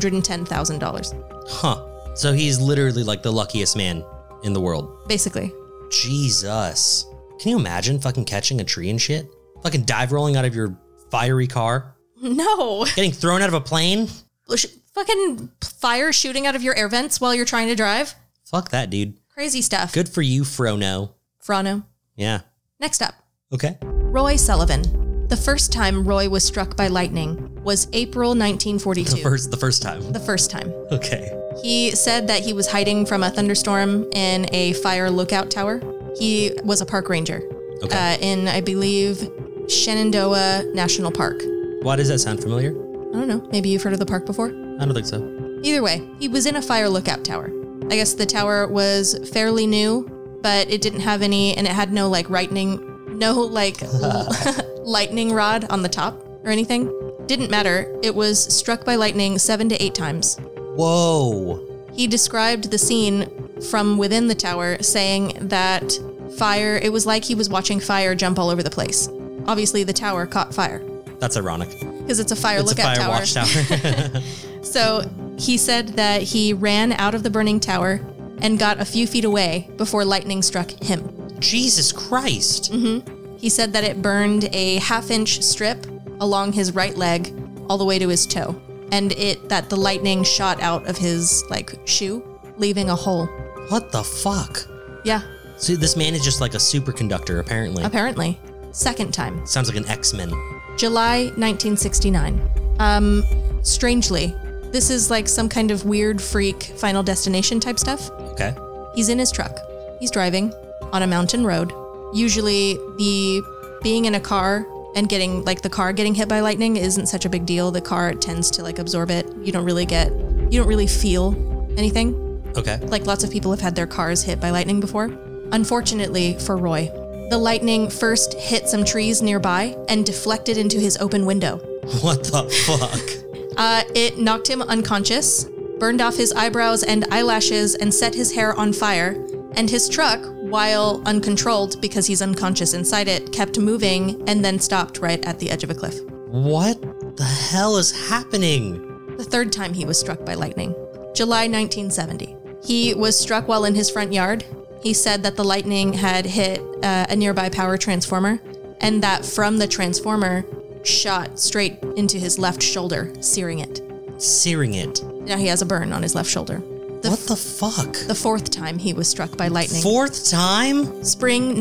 S1: $1,110,000,
S2: Huh. So he's literally like the luckiest man in the world.
S1: basically.
S2: Jesus. Can you imagine fucking catching a tree and shit? Fucking dive rolling out of your fiery car?
S1: No.
S2: Getting thrown out of a plane?
S1: Sh- Fucking fire shooting out of your air vents while you're trying to drive.
S2: Fuck that, dude.
S1: Crazy stuff.
S2: Good for you, Frono.
S1: Frano.
S2: Yeah.
S1: Next up,
S2: Okay.
S1: Roy Sullivan. The first time Roy was struck by lightning was April 1942.
S2: The first the first time.
S1: the first time.
S2: Okay.
S1: He said that he was hiding from a thunderstorm in a fire lookout tower. He was a park ranger
S2: Okay.
S1: uh, in, I believe, Shenandoah National Park. I
S2: Why does that sound familiar?
S1: don't know. Maybe you've heard of the park before.
S2: I don't think so.
S1: Either way, he was in a fire lookout tower. I guess the tower was fairly new, but it didn't have any, and it had no like lightning, no like l- lightning rod on the top or anything. Didn't matter. It was struck by lightning seven to eight times.
S2: Whoa.
S1: He described the scene from within the tower, saying that fire, it was like he was watching fire jump all over the place. Obviously, the tower caught fire
S2: That's ironic.
S1: because it's a fire
S2: it's a
S1: lookout
S2: fire
S1: tower.
S2: watch tower.
S1: So he said that he ran out of the burning tower and got a few feet away before lightning struck him.
S2: Jesus Christ.
S1: He said that it burned a half inch strip along his right leg all the way to his toe and it that the lightning shot out of his like shoe leaving a hole
S2: What the fuck?
S1: yeah
S2: See, this man is just like a superconductor, apparently.
S1: apparently second time
S2: Sounds like an X-Men.
S1: July 1969. Um, strangely, this is like some kind of weird freak Final Destination type stuff.
S2: Okay.
S1: He's in his truck. He's driving on a mountain road. Usually, the being in a car and getting like the car getting hit by lightning isn't such a big deal. The car tends to like absorb it. You don't really get, you don't really feel anything
S2: Okay.
S1: like lots of people have had their cars hit by lightning before. Unfortunately for Roy, the lightning first hit some trees nearby and deflected into his open window.
S2: What the fuck?
S1: Uh, it knocked him unconscious, burned off his eyebrows and eyelashes, and set his hair on fire. And his truck, while uncontrolled because he's unconscious inside it, kept moving and then stopped right at the edge of a cliff.
S2: What the hell is happening?
S1: the third time he was struck by lightning, July 1970. He was struck while in his front yard. He said that the lightning had hit uh, a nearby power transformer and that from the transformer shot straight into his left shoulder, searing it.
S2: Searing it.
S1: Now he has a burn on his left shoulder. The,
S2: what the fuck?
S1: the fourth time he was struck by lightning,
S2: Fourth time?
S1: spring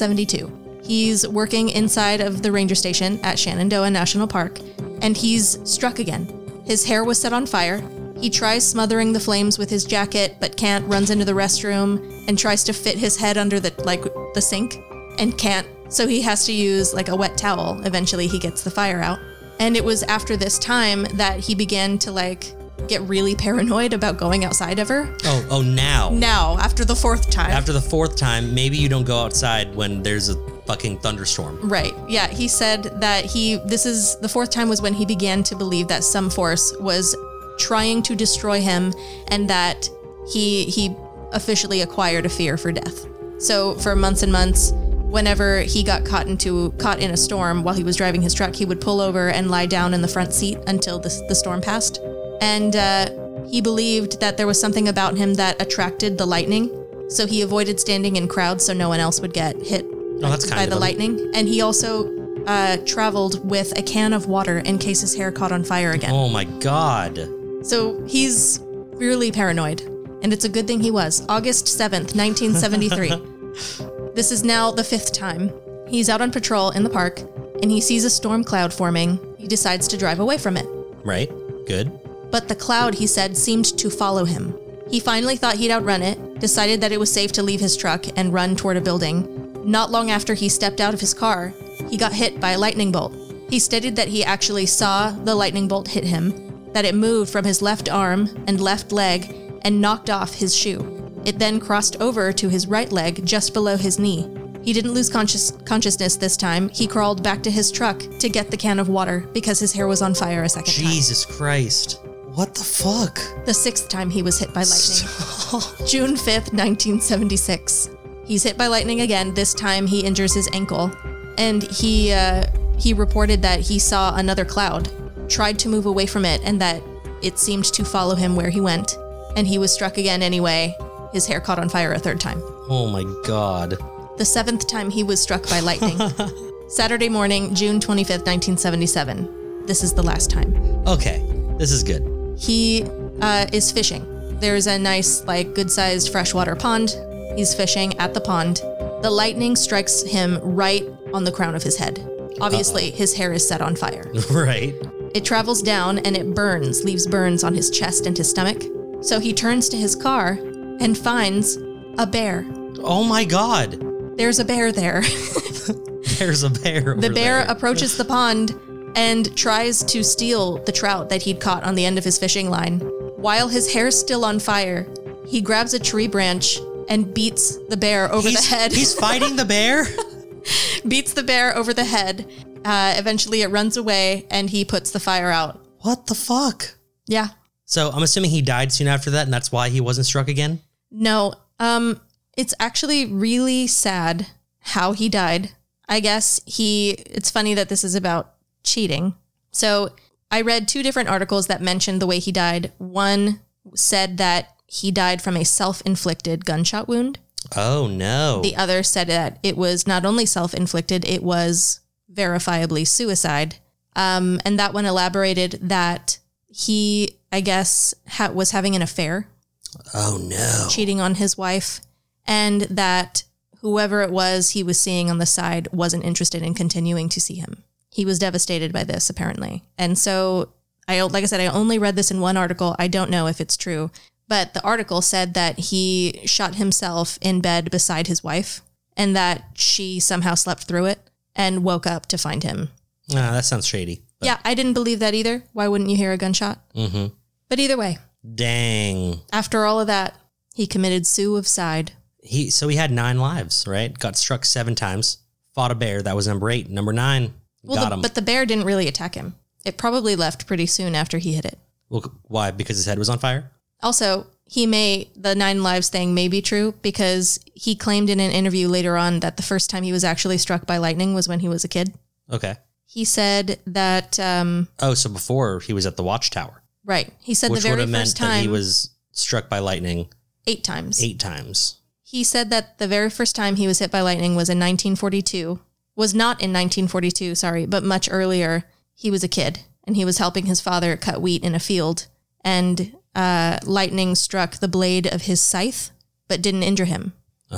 S1: 1972. He's working inside of the ranger station at Shenandoah National Park and he's struck again. His hair was set on fire. He tries smothering the flames with his jacket but can't, runs into the restroom and tries to fit his head under the like the sink and can't. So he has to use like a wet towel. Eventually he gets the fire out. And it was after this time that he began to like get really paranoid about going outside ever.
S2: Oh, oh, now.
S1: Now, after the fourth time.
S2: After the fourth time, maybe you don't go outside when there's a fucking thunderstorm.
S1: Right. Yeah, he said that he this is the fourth time was when he began to believe that some force was trying to destroy him and that he he officially acquired a fear for death. So for months and months whenever he got caught into caught in a storm while he was driving his truck, he would pull over and lie down in the front seat until the the storm passed. And uh he believed that there was something about him that attracted the lightning. So he avoided standing in crowds so no one else would get hit
S2: Oh, that's kind
S1: by
S2: of
S1: the
S2: him.
S1: lightning. And he also uh, traveled with a can of water in case his hair caught on fire again.
S2: Oh my god.
S1: So he's really paranoid. And it's a good thing he was. August 7th, 1973. this is now the fifth time. He's out on patrol in the park and he sees a storm cloud forming. He decides to drive away from it.
S2: Right? Good.
S1: But the cloud, he said, seemed to follow him. He finally thought he'd outrun it, decided that it was safe to leave his truck and run toward a building. Not long after he stepped out of his car, he got hit by a lightning bolt. He stated that he actually saw the lightning bolt hit him, that it moved from his left arm and left leg and knocked off his shoe. It then crossed over to his right leg just below his knee. He didn't lose conscious- consciousness this time. He crawled back to his truck to get the can of water because his hair was on fire a second time.
S2: Jesus Christ. What the fuck?
S1: The sixth time he was hit by lightning. awful. June 5th, 1976. He's hit by lightning again. This time he injures his ankle. And he uh, he reported that he saw another cloud, tried to move away from it, and that it seemed to follow him where he went. And he was struck again anyway. His hair caught on fire a third time.
S2: Oh my god.
S1: The seventh time he was struck by lightning. Saturday morning, June 25th, 1977. This is the last time.
S2: Okay, this is good.
S1: He uh, is fishing. There's a nice, like, good sized freshwater pond. He's fishing at the pond. The lightning strikes him right on the crown of his head. Obviously, his hair is set on fire.
S2: Right.
S1: It travels down and it burns, leaves burns on his chest and his stomach. So he turns to his car and finds a bear.
S2: Oh my god.
S1: There's a bear there.
S2: There's a bear.
S1: The bear approaches the pond and tries to steal the trout that he'd caught on the end of his fishing line. While his hair's still on fire, he grabs a tree branch and beats the bear over
S2: he's,
S1: the head.
S2: he's fighting the bear?
S1: beats the bear over the head. Uh, eventually, it runs away and he puts the fire out.
S2: What the fuck?
S1: Yeah.
S2: So I'm assuming he died soon after that, and that's why he wasn't struck again?
S1: No. Um. It's actually really sad how he died. I guess he. It's funny that this is about cheating. So I read two different articles that mentioned the way he died. One said that he died from a self-inflicted gunshot wound.
S2: Oh no.
S1: The other said that it was not only self inflicted, it was verifiably suicide. Um, and that one elaborated that he, I guess, ha- was having an affair,
S2: oh no.
S1: cheating on his wife, and that whoever it was he was seeing on the side wasn't interested in continuing to see him. He was devastated by this, apparently. And so, I like I said, I only read this in one article. I don't know if it's true, but the article said that he shot himself in bed beside his wife, and that she somehow slept through it and woke up to find him.
S2: Ah, that sounds shady.
S1: Yeah, I didn't believe that either. Why wouldn't you hear a gunshot?
S2: Mm-hmm.
S1: But either way,
S2: Dang.
S1: after all of that, he committed suicide.
S2: He so he had nine lives, right? Got struck seven times. Fought a bear. That was number eight. Number nine.
S1: Well,
S2: got
S1: the,
S2: him.
S1: but the bear didn't really attack him. It probably left pretty soon after he hit it.
S2: well, why? Because his head was on fire?
S1: Also, he may the nine lives thing may be true because he claimed in an interview later on that the first time he was actually struck by lightning was when he was a kid.
S2: Okay.
S1: He said that um,
S2: Oh, so before he was at the watchtower.
S1: right. He said
S2: which
S1: the
S2: would
S1: very
S2: have meant
S1: first time
S2: that he was struck by lightning
S1: eight times.
S2: eight times.
S1: He said that the very first time he was hit by lightning was in 1942. Was not in 1942, sorry, but much earlier. He was a kid and he was helping his father cut wheat in a field, and uh, lightning struck the blade of his scythe, but didn't injure him.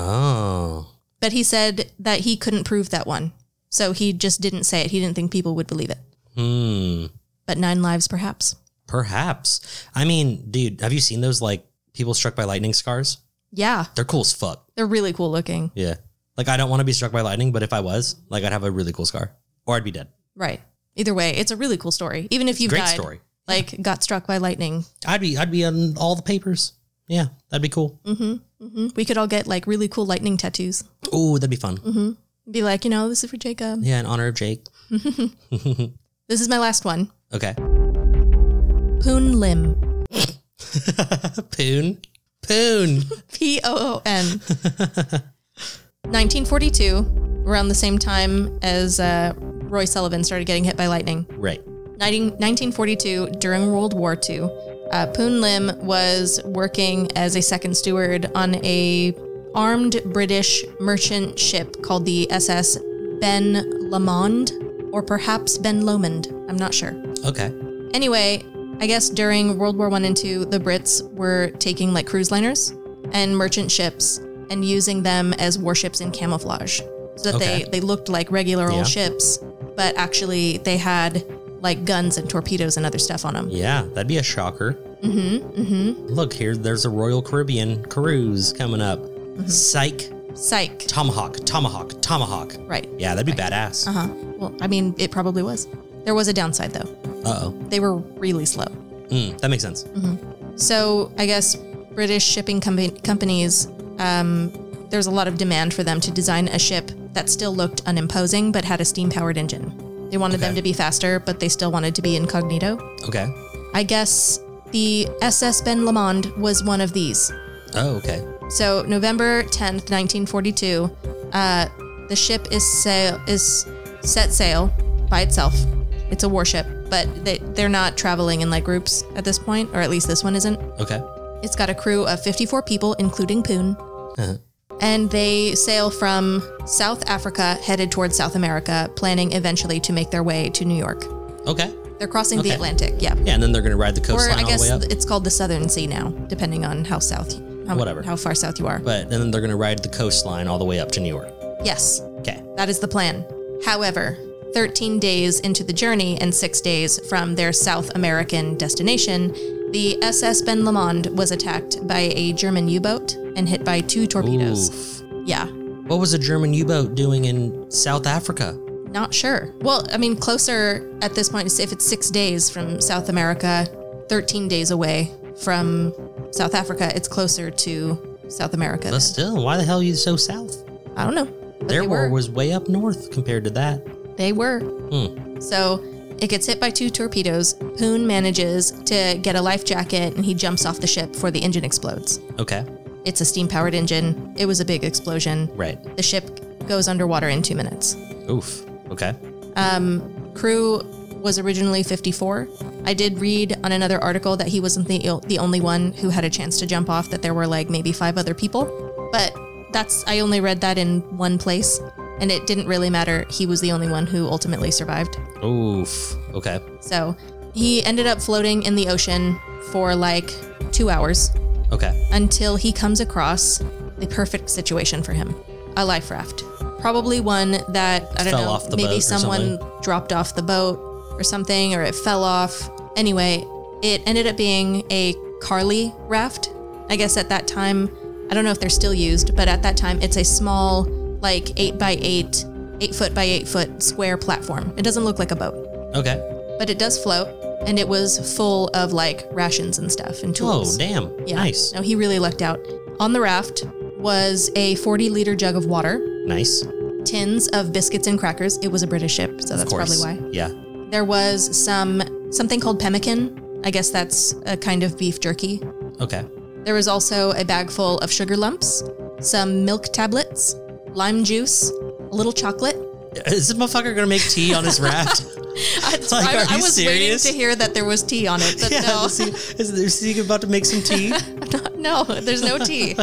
S2: Oh.
S1: But he said that he couldn't prove that one, so he just didn't say it. He didn't think people would believe it.
S2: Hmm.
S1: But nine lives, perhaps.
S2: Perhaps. I mean, dude, have you seen those like people struck by lightning scars?
S1: Yeah,
S2: They're cool as fuck.
S1: they're really cool looking.
S2: Yeah. Like I don't want to be struck by lightning, but if I was, like I'd have a really cool scar. Or I'd be dead.
S1: Right. Either way, it's a really cool story. Even if you've
S2: Great
S1: died,
S2: story.
S1: like got struck by lightning,
S2: I'd be I'd be on all the papers. Yeah, that'd be cool.
S1: we could all get like really cool lightning tattoos.
S2: Ooh, that'd be fun.
S1: Mm-hmm. Be like, you know, this is for Jacob.
S2: Yeah, in honor of Jake.
S1: This is my last one.
S2: Okay.
S1: Poon Lim.
S2: Poon. Poon.
S1: P O O N. 1942, around the same time as uh, Roy Sullivan started getting hit by lightning.
S2: right.
S1: 19, 1942, during World War II, uh, Poon Lim was working as a second steward on a armed British merchant ship called the SS Ben Lomond, or perhaps Ben Lomond. I'm not sure.
S2: Okay.
S1: Anyway, I guess during World War One and Two, the Brits were taking like cruise liners and merchant ships and using them as warships in camouflage, so that
S2: Okay.
S1: they they looked like regular old
S2: Yeah.
S1: ships, but actually they had like guns and torpedoes and other stuff on them.
S2: Yeah, that'd be a shocker.
S1: Mm-hmm. Mm-hmm.
S2: Look here, there's a Royal Caribbean cruise coming up.
S1: Mm-hmm.
S2: Psych.
S1: Psych.
S2: Tomahawk. Tomahawk. Tomahawk.
S1: Right.
S2: Yeah, that'd be badass.
S1: Uh huh. Well, I mean, it probably was. There was a downside though.
S2: Uh oh.
S1: They were really slow.
S2: Mm, that makes sense.
S1: So I guess British shipping com- companies, um, there's a lot of demand for them to design a ship that still looked unimposing but had a steam powered engine. They wanted them
S2: Okay.
S1: to be faster, but they still wanted to be incognito.
S2: Okay.
S1: I guess the SS Ben Lomond was one of these.
S2: Oh, okay.
S1: So November 10th, 1942, uh, the ship is sail is set sail by itself. It's a warship, but they they're not traveling in like groups at this point, or at least this one isn't.
S2: Okay.
S1: It's got a crew of 54 people, including Poon.
S2: Uh-huh.
S1: And they sail from South Africa, headed towards South America, planning eventually to make their way to New York.
S2: Okay.
S1: They're crossing
S2: Okay.
S1: the Atlantic, yeah.
S2: Yeah, and then they're going to ride the
S1: Or
S2: coastline
S1: I
S2: all the
S1: guess
S2: way up.
S1: it's called the Southern Sea now, depending on how south, how,
S2: Whatever.
S1: how far south you are.
S2: but and then they're going to ride the coastline all the way up to New York.
S1: yes,
S2: Okay.
S1: That is the plan. However, 13 days into the journey and six days from their South American destination, the SS Ben Lomond was attacked by a German U boat and hit by two torpedoes.
S2: Oof.
S1: Yeah,
S2: What was a German U-boat doing in South Africa?
S1: not sure. Well, I mean, closer at this point, if it's six days from South America, 13 days away from South Africa, it's closer to South America.
S2: But still, why the hell are you so south?
S1: I don't know. But
S2: Their
S1: they
S2: war
S1: were.
S2: was way up north compared to that.
S1: They were. So it gets hit by two torpedoes. Poon manages to get a life jacket and he jumps off the ship before the engine explodes.
S2: Okay.
S1: It's a steam powered engine. It was a big explosion.
S2: Right.
S1: The ship goes underwater in two minutes.
S2: Oof. Okay.
S1: Crew was originally 54. I did read on another article that he wasn't the, the only one who had a chance to jump off, that there were like maybe five other people. But that's, I only read that in one place and it didn't really matter. He was the only one who ultimately survived.
S2: Oof. Okay.
S1: So he ended up floating in the ocean for like two hours
S2: Okay.
S1: until he comes across the perfect situation for him a life raft. Probably one that, I don't
S2: Fell
S1: know,
S2: off the boat
S1: maybe
S2: or
S1: someone dropped off the boat or something, or it fell off. Anyway, it ended up being a Carly raft. I guess at that time, I don't know if they're still used, but at that time, it's a small, like eight by eight, eight foot by eight foot square platform. It doesn't look like a boat
S2: Okay.
S1: but it does float and it was full of like rations and stuff and
S2: Oh,
S1: tools.
S2: damn. Nice.
S1: No, he really lucked out. On the raft was a 40 liter jug of water,
S2: Nice.
S1: tins of biscuits and crackers. It was a British ship, so
S2: Of
S1: that's probably
S2: course.
S1: why.
S2: Yeah.
S1: There was some something called pemmican. I guess that's a kind of beef jerky.
S2: Okay.
S1: There was also a bag full of sugar lumps, some milk tablets, lime juice, a little chocolate.
S2: Is this motherfucker gonna make tea on his raft? Like, are
S1: I, I
S2: you
S1: was
S2: serious?
S1: waiting to hear that there was tea on it, but no.
S2: Is he, is, is he about to make some tea?
S1: No, there's no tea.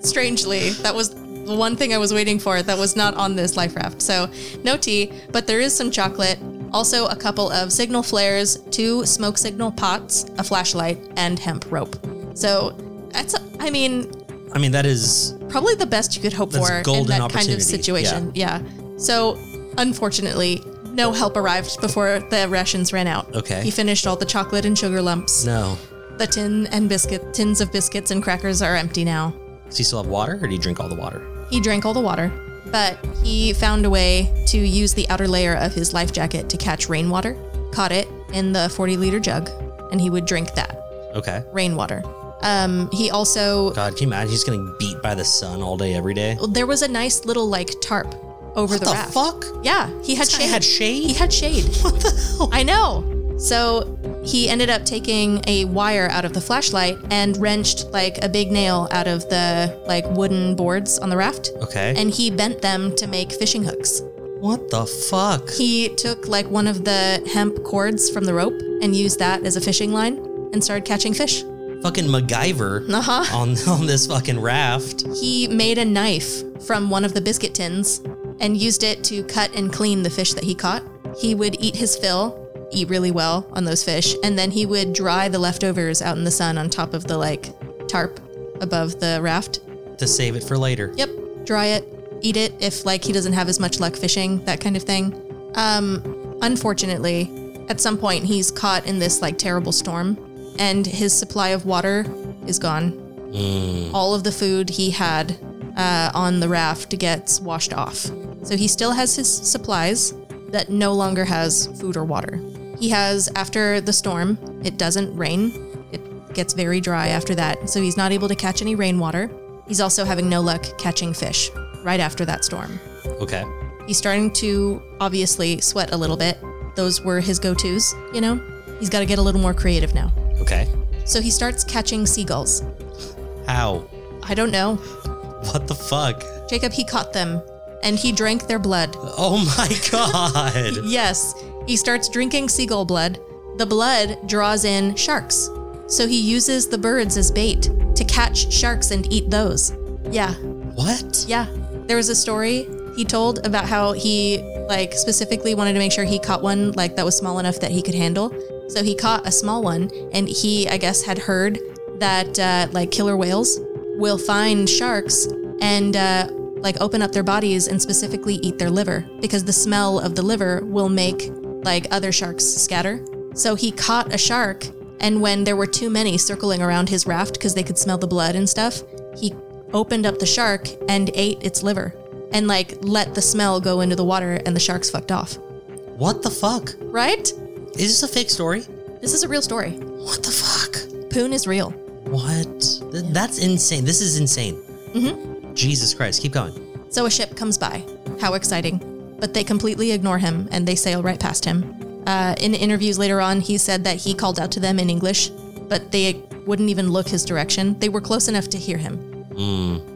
S1: Strangely, that was the one thing I was waiting for that was not on this life raft. So, no tea, but there is some chocolate, also a couple of signal flares, two smoke signal pots, a flashlight, and hemp rope. So, that's, I mean,
S2: I mean, that is
S1: probably the best you could hope
S2: That's
S1: for in
S2: golden
S1: that kind
S2: opportunity,
S1: of situation. Yeah. So, unfortunately, no help arrived before the rations ran out.
S2: Okay.
S1: He finished all the chocolate and sugar lumps.
S2: no.
S1: The tin and biscuit tins of biscuits and crackers are empty now.
S2: Does he still have water, or do you drink all the water?
S1: He drank all the water, but he found a way to use the outer layer of his life jacket to catch rainwater, caught it in the 40 liter jug, and he would drink that
S2: Okay.
S1: rainwater. Um, he also,
S2: God, can you imagine? He's getting beat by the sun all day, every day.
S1: there was a nice little like tarp over
S2: What
S1: the,
S2: the
S1: raft.
S2: fuck?
S1: Yeah, he had
S2: This guy
S1: shade.
S2: had shade?
S1: He had shade. What the hell? I know. So he ended up taking a wire out of the flashlight and wrenched like a big nail out of the like wooden boards on the raft.
S2: Okay.
S1: And he bent them to make fishing hooks.
S2: what the fuck?
S1: He took like one of the hemp cords from the rope and used that as a fishing line and started catching fish.
S2: fucking MacGyver
S1: Uh-huh.
S2: on on this fucking raft.
S1: He made a knife from one of the biscuit tins and used it to cut and clean the fish that he caught. He would eat his fill, eat really well on those fish, and then he would dry the leftovers out in the sun on top of the like tarp above the raft.
S2: to save it for later.
S1: Yep. Dry it, eat it if like he doesn't have as much luck fishing, that kind of thing. Um, unfortunately, at some point he's caught in this like terrible storm and his supply of water is gone. All of the food he had uh, on the raft gets washed off. So he still has his supplies that no longer has food or water. He has after the storm, it doesn't rain. It gets very dry after that, so he's not able to catch any rainwater. He's also having no luck catching fish right after that storm.
S2: Okay.
S1: He's starting to obviously sweat a little bit. Those were his go tos, you know? He's got to get a little more creative now.
S2: Okay.
S1: So he starts catching seagulls.
S2: How?
S1: I don't know.
S2: What the fuck?
S1: Jacob, he caught them and he drank their blood.
S2: Oh my god.
S1: Yes, he starts drinking seagull blood. The blood draws in sharks. So he uses the birds as bait to catch sharks and eat those. Yeah,
S2: what?
S1: yeah. There was a story he told about how he like specifically wanted to make sure he caught one like that was small enough that he could handle. So he caught a small one and he I guess had heard that uh, like killer whales will find sharks and uh, like open up their bodies and specifically eat their liver because the smell of the liver will make like other sharks scatter. So he caught a shark and when there were too many circling around his raft because they could smell the blood and stuff, he opened up the shark and ate its liver and like let the smell go into the water and the sharks fucked off.
S2: What the fuck?
S1: Right?
S2: Is this a fake story?
S1: This is a real story.
S2: What the fuck?
S1: Poon is real.
S2: What? Th- That's insane. This is insane. Mm-hmm. Jesus Christ. Keep going.
S1: So a ship comes by. How exciting. But they completely ignore him and they sail right past him. Uh, in interviews later on, he said that he called out to them in English, but they wouldn't even look his direction. They were close enough to hear him.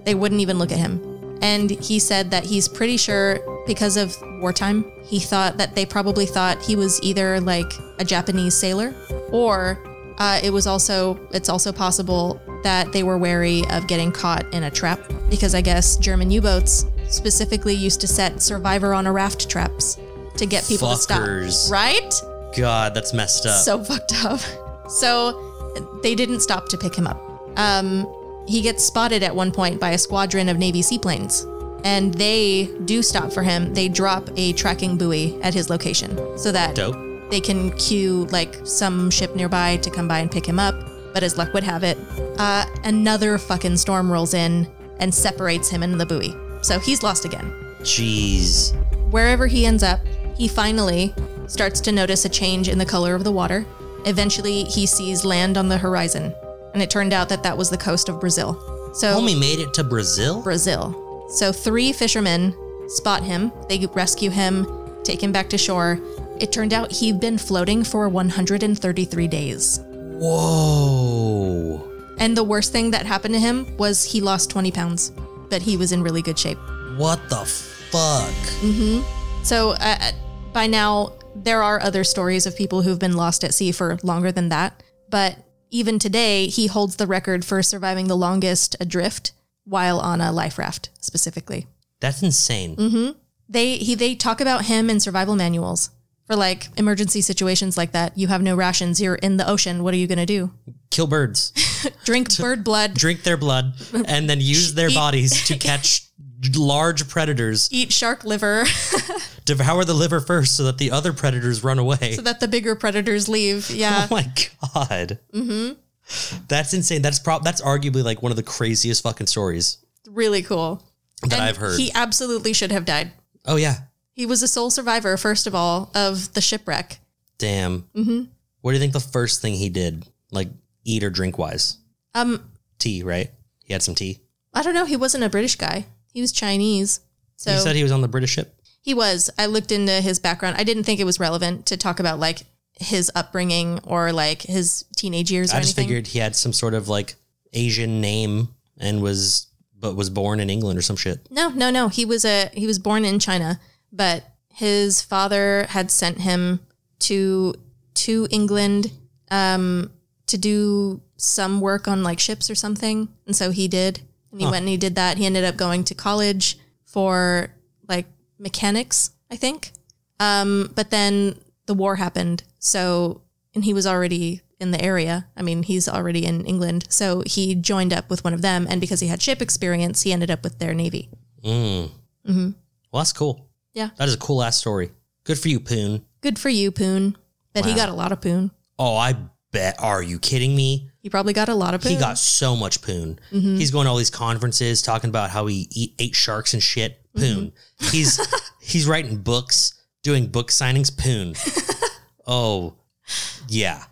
S1: They wouldn't even look at him. And he said that he's pretty sure because of wartime, he thought that they probably thought he was either like a Japanese sailor or uh, it was also, it's also possible that they were wary of getting caught in a trap because I guess German U boats specifically used to set survivor on a raft traps to get people to
S2: Fuckers.
S1: stop. Right?
S2: God, that's messed up.
S1: so fucked up. So they didn't stop to pick him up. Um, he gets spotted at one point by a squadron of Navy seaplanes, and they do stop for him. They drop a tracking buoy at his location so that
S2: Dope.
S1: they can cue like some ship nearby to come by and pick him up. But as luck would have it, uh, another fucking storm rolls in and separates him and the buoy. So he's lost again
S2: Jeez.
S1: wherever he ends up, he finally starts to notice a change in the color of the water. Eventually, he sees land on the horizon, and it turned out that that was the coast of Brazil. So,
S2: Homie made it to Brazil?
S1: Brazil. So, three fishermen spot him, they rescue him, take him back to shore. It turned out he'd been floating for 133 days.
S2: Whoa.
S1: And the worst thing that happened to him was he lost 20 pounds, but he was in really good shape.
S2: What the fuck?
S1: So uh, by now, there are other stories of people who've been lost at sea for longer than that. But even today, he holds the record for surviving the longest adrift while on a life raft, specifically.
S2: That's insane.
S1: They he they talk about him in survival manuals for like emergency situations like that. You have no rations. You're in the ocean. What are you gonna do?
S2: Kill birds,
S1: Drink bird blood.
S2: drink their blood, and then use their bodies to catch large predators.
S1: Eat shark liver
S2: Devour the liver first so that the other predators run away.
S1: so that the bigger predators leave. Yeah.
S2: Oh my god. Mm-hmm. That's insane. That's prob that's arguably like one of the craziest fucking stories.
S1: Really cool.
S2: That I've heard.
S1: He absolutely should have died.
S2: Oh yeah.
S1: He was a sole survivor, first of all, of the shipwreck.
S2: Damn. Mm-hmm. What do you think the first thing he did, like eat or drink wise?
S1: Um,
S2: Tea, right? He had some tea.
S1: I don't know. He wasn't a British guy. He was Chinese. So
S2: you said he was on the British ship.
S1: he was. I looked into his background. I didn't think it was relevant to talk about like his upbringing or like his teenage years or
S2: I just
S1: anything.
S2: figured he had some sort of like Asian name and was but was born in England or some shit.
S1: No, no, no. He was a he was born in China, but his father had sent him to to England um, to do some work on like ships or something, and so he did. And he went and he did that. He ended up going to college for like mechanics, I think. Um, but then the war happened, so and he was already in the area. I mean, he's already in England, so he joined up with one of them. And because he had ship experience, he ended up with their navy.
S2: Well, that's cool.
S1: Yeah.
S2: That is a cool ass story. Good for you, Poon.
S1: Good for you, Poon. But he got a lot of Poon.
S2: Oh, I bet. Are you kidding me?
S1: He probably got a lot of Poon.
S2: He got so much poon. He's going to all these conferences talking about how he eat, ate sharks and shit. Poon. He's he's writing books, doing book signings. Poon. oh, yeah,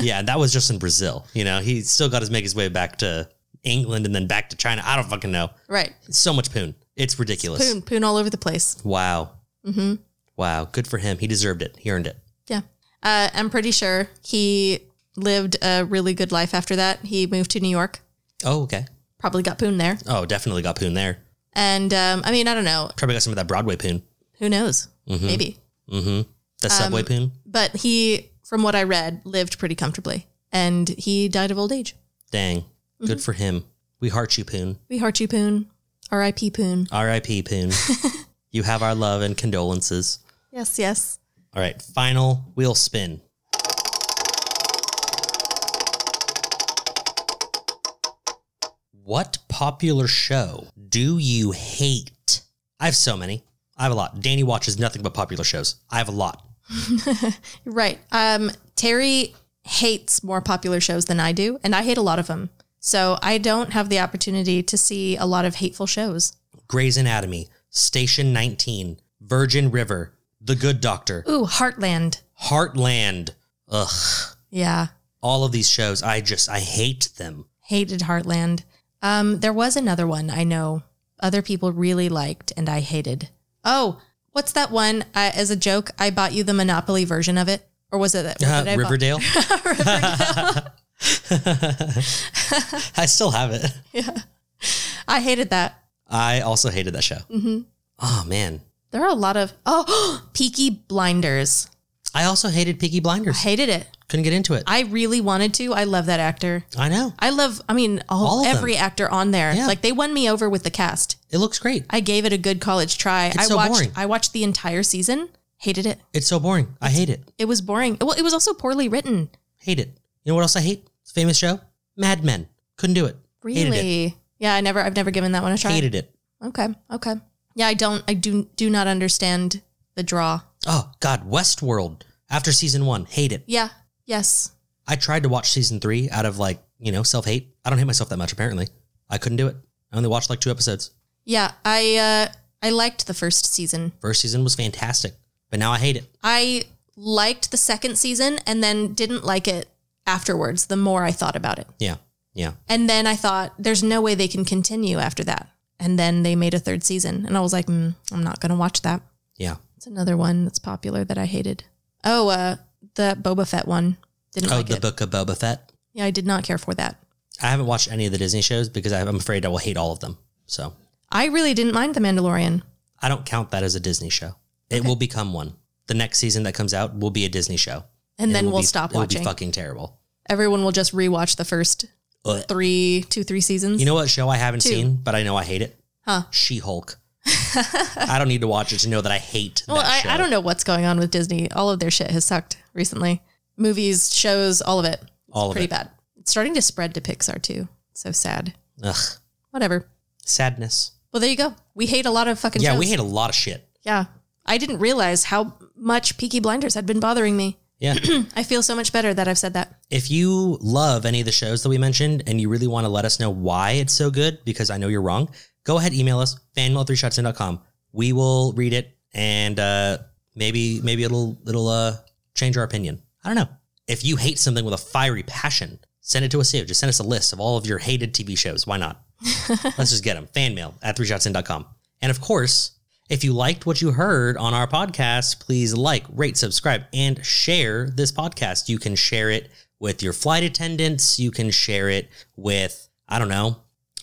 S2: yeah. That was just in Brazil. You know, he still got to make his way back to England and then back to China. I don't fucking know.
S1: right.
S2: So much poon. It's ridiculous.
S1: Poon, Poon all over the place.
S2: Wow. Mm-hmm. Wow. Good for him. He deserved it. He earned it.
S1: Yeah. Uh, I'm pretty sure he lived a really good life after that. He moved to New York
S2: Oh, okay.
S1: Probably got poon there.
S2: Oh, definitely got poon there.
S1: And um, I mean, I don't know.
S2: Probably got some of that Broadway poon.
S1: Who knows?
S2: Mm-hmm.
S1: Maybe.
S2: That subway poon.
S1: But he, from what I read, lived pretty comfortably. And he died of old age.
S2: Dang. Good for him. We heart you, poon.
S1: We heart you, Poon. R.I.P. Poon.
S2: R.I.P. poon. you have our love and condolences.
S1: Yes, yes.
S2: All right, final wheel spin. What popular show do you hate? I have so many. I have a lot. Danny watches nothing but popular shows. I have a lot.
S1: Right. Um, Terry hates more popular shows than I do, and I hate a lot of them. So I don't have the opportunity to see a lot of hateful shows.
S2: Grey's Anatomy, Station 19, Virgin River, The Good Doctor,
S1: Ooh, Heartland.
S2: Heartland. Ugh.
S1: Yeah,
S2: All of these shows, I just, I hate them.
S1: hated Heartland. Um, there was another one I know other people really liked and I hated. Oh, what's that one? I, as a joke, I bought you the Monopoly version of it, or was it that
S2: Uh,
S1: did I buy-
S2: Riverdale. I still have it.
S1: I hated that.
S2: I also hated that show.
S1: Mm-hmm.
S2: Oh man,
S1: There are a lot of oh, Peaky Blinders.
S2: I also hated Peaky Blinders.
S1: Hated it.
S2: Couldn't get into it. I,
S1: I really wanted to. I love that actor.
S2: know
S1: I love. I mean, all,
S2: All of
S1: every
S2: them.
S1: actor on there.
S2: Yeah.
S1: Like they won me over with the cast.
S2: it looks great.
S1: I gave it a good college try. I
S2: so
S1: watched.
S2: boring.
S1: I watched the entire season. Hated it.
S2: It's so boring. I hate it.
S1: It was boring. Well, it was also poorly written.
S2: Hate it. You know what else I hate? Famous show, Mad Men. Couldn't do it. Hated it.
S1: Really? Yeah, I never I've never given that one a try.
S2: Hated it.
S1: Okay. Okay. Yeah, I don't I do do not understand the draw.
S2: Oh God, Westworld. After season one, hate it.
S1: Yeah. Yes.
S2: I tried to watch season three out of like you know self hate. I don't hate myself that much. Apparently, I couldn't do it. I only watched like two episodes.
S1: Yeah, I uh I liked the first season.
S2: First season was fantastic, but now I hate it.
S1: I liked the second season and then didn't like it afterwards the more I thought about it.
S2: Yeah, yeah.
S1: And then I thought there's no way they can continue after that. And then they made a third season and I was like, mm, I'm not going to watch that.
S2: Yeah.
S1: It's another one that's popular that I hated. Oh, uh the Boba Fett one. Didn't
S2: Oh,
S1: like
S2: the
S1: it.
S2: Book of Boba Fett.
S1: yeah, I did not care for that.
S2: I haven't watched any of the Disney shows because I- I'm afraid I will hate all of them. So
S1: I really didn't mind The Mandalorian.
S2: I don't count that as a Disney show. It will become one. The next season that comes out will be a Disney show,
S1: And
S2: it
S1: then
S2: will
S1: we'll
S2: be-
S1: stop
S2: it will be
S1: watching.
S2: fucking terrible.
S1: Everyone will just rewatch the first
S2: Ugh.
S1: three, two, three seasons.
S2: You know what show I haven't
S1: Two.
S2: seen, but I know I hate it.
S1: Huh.
S2: She Hulk. I don't need to watch it to know that I hate.
S1: well,
S2: that show.
S1: I, I don't know what's going on with Disney. All of their shit has sucked recently. Movies, shows, all of it. It's
S2: All of
S1: pretty
S2: it.
S1: bad. It's starting to spread to Pixar too. So sad.
S2: Ugh,
S1: Whatever.
S2: sadness.
S1: Well, there you go. We hate a lot of fucking
S2: Yeah,
S1: shows.
S2: we hate a lot of shit.
S1: Yeah. I didn't realize how much Peaky Blinders had been bothering me.
S2: Yeah.
S1: I feel so much better that I've said that.
S2: If you love any of the shows that we mentioned and you really want to let us know why it's so good, because I know you're wrong, go ahead, email us, fanmail3shotsin.com. We will read it and uh, maybe maybe it'll it'll uh, change our opinion. I don't know. If you hate something with a fiery passion, send it to us too. Just send us a list of all of your hated TV shows. Why not? Let's just get them. Fanmail at 3shotsin.com. And of course, if you liked what you heard on our podcast, please like, rate, subscribe, and share this podcast. You can share it with your flight attendants. You can share it with, I don't know,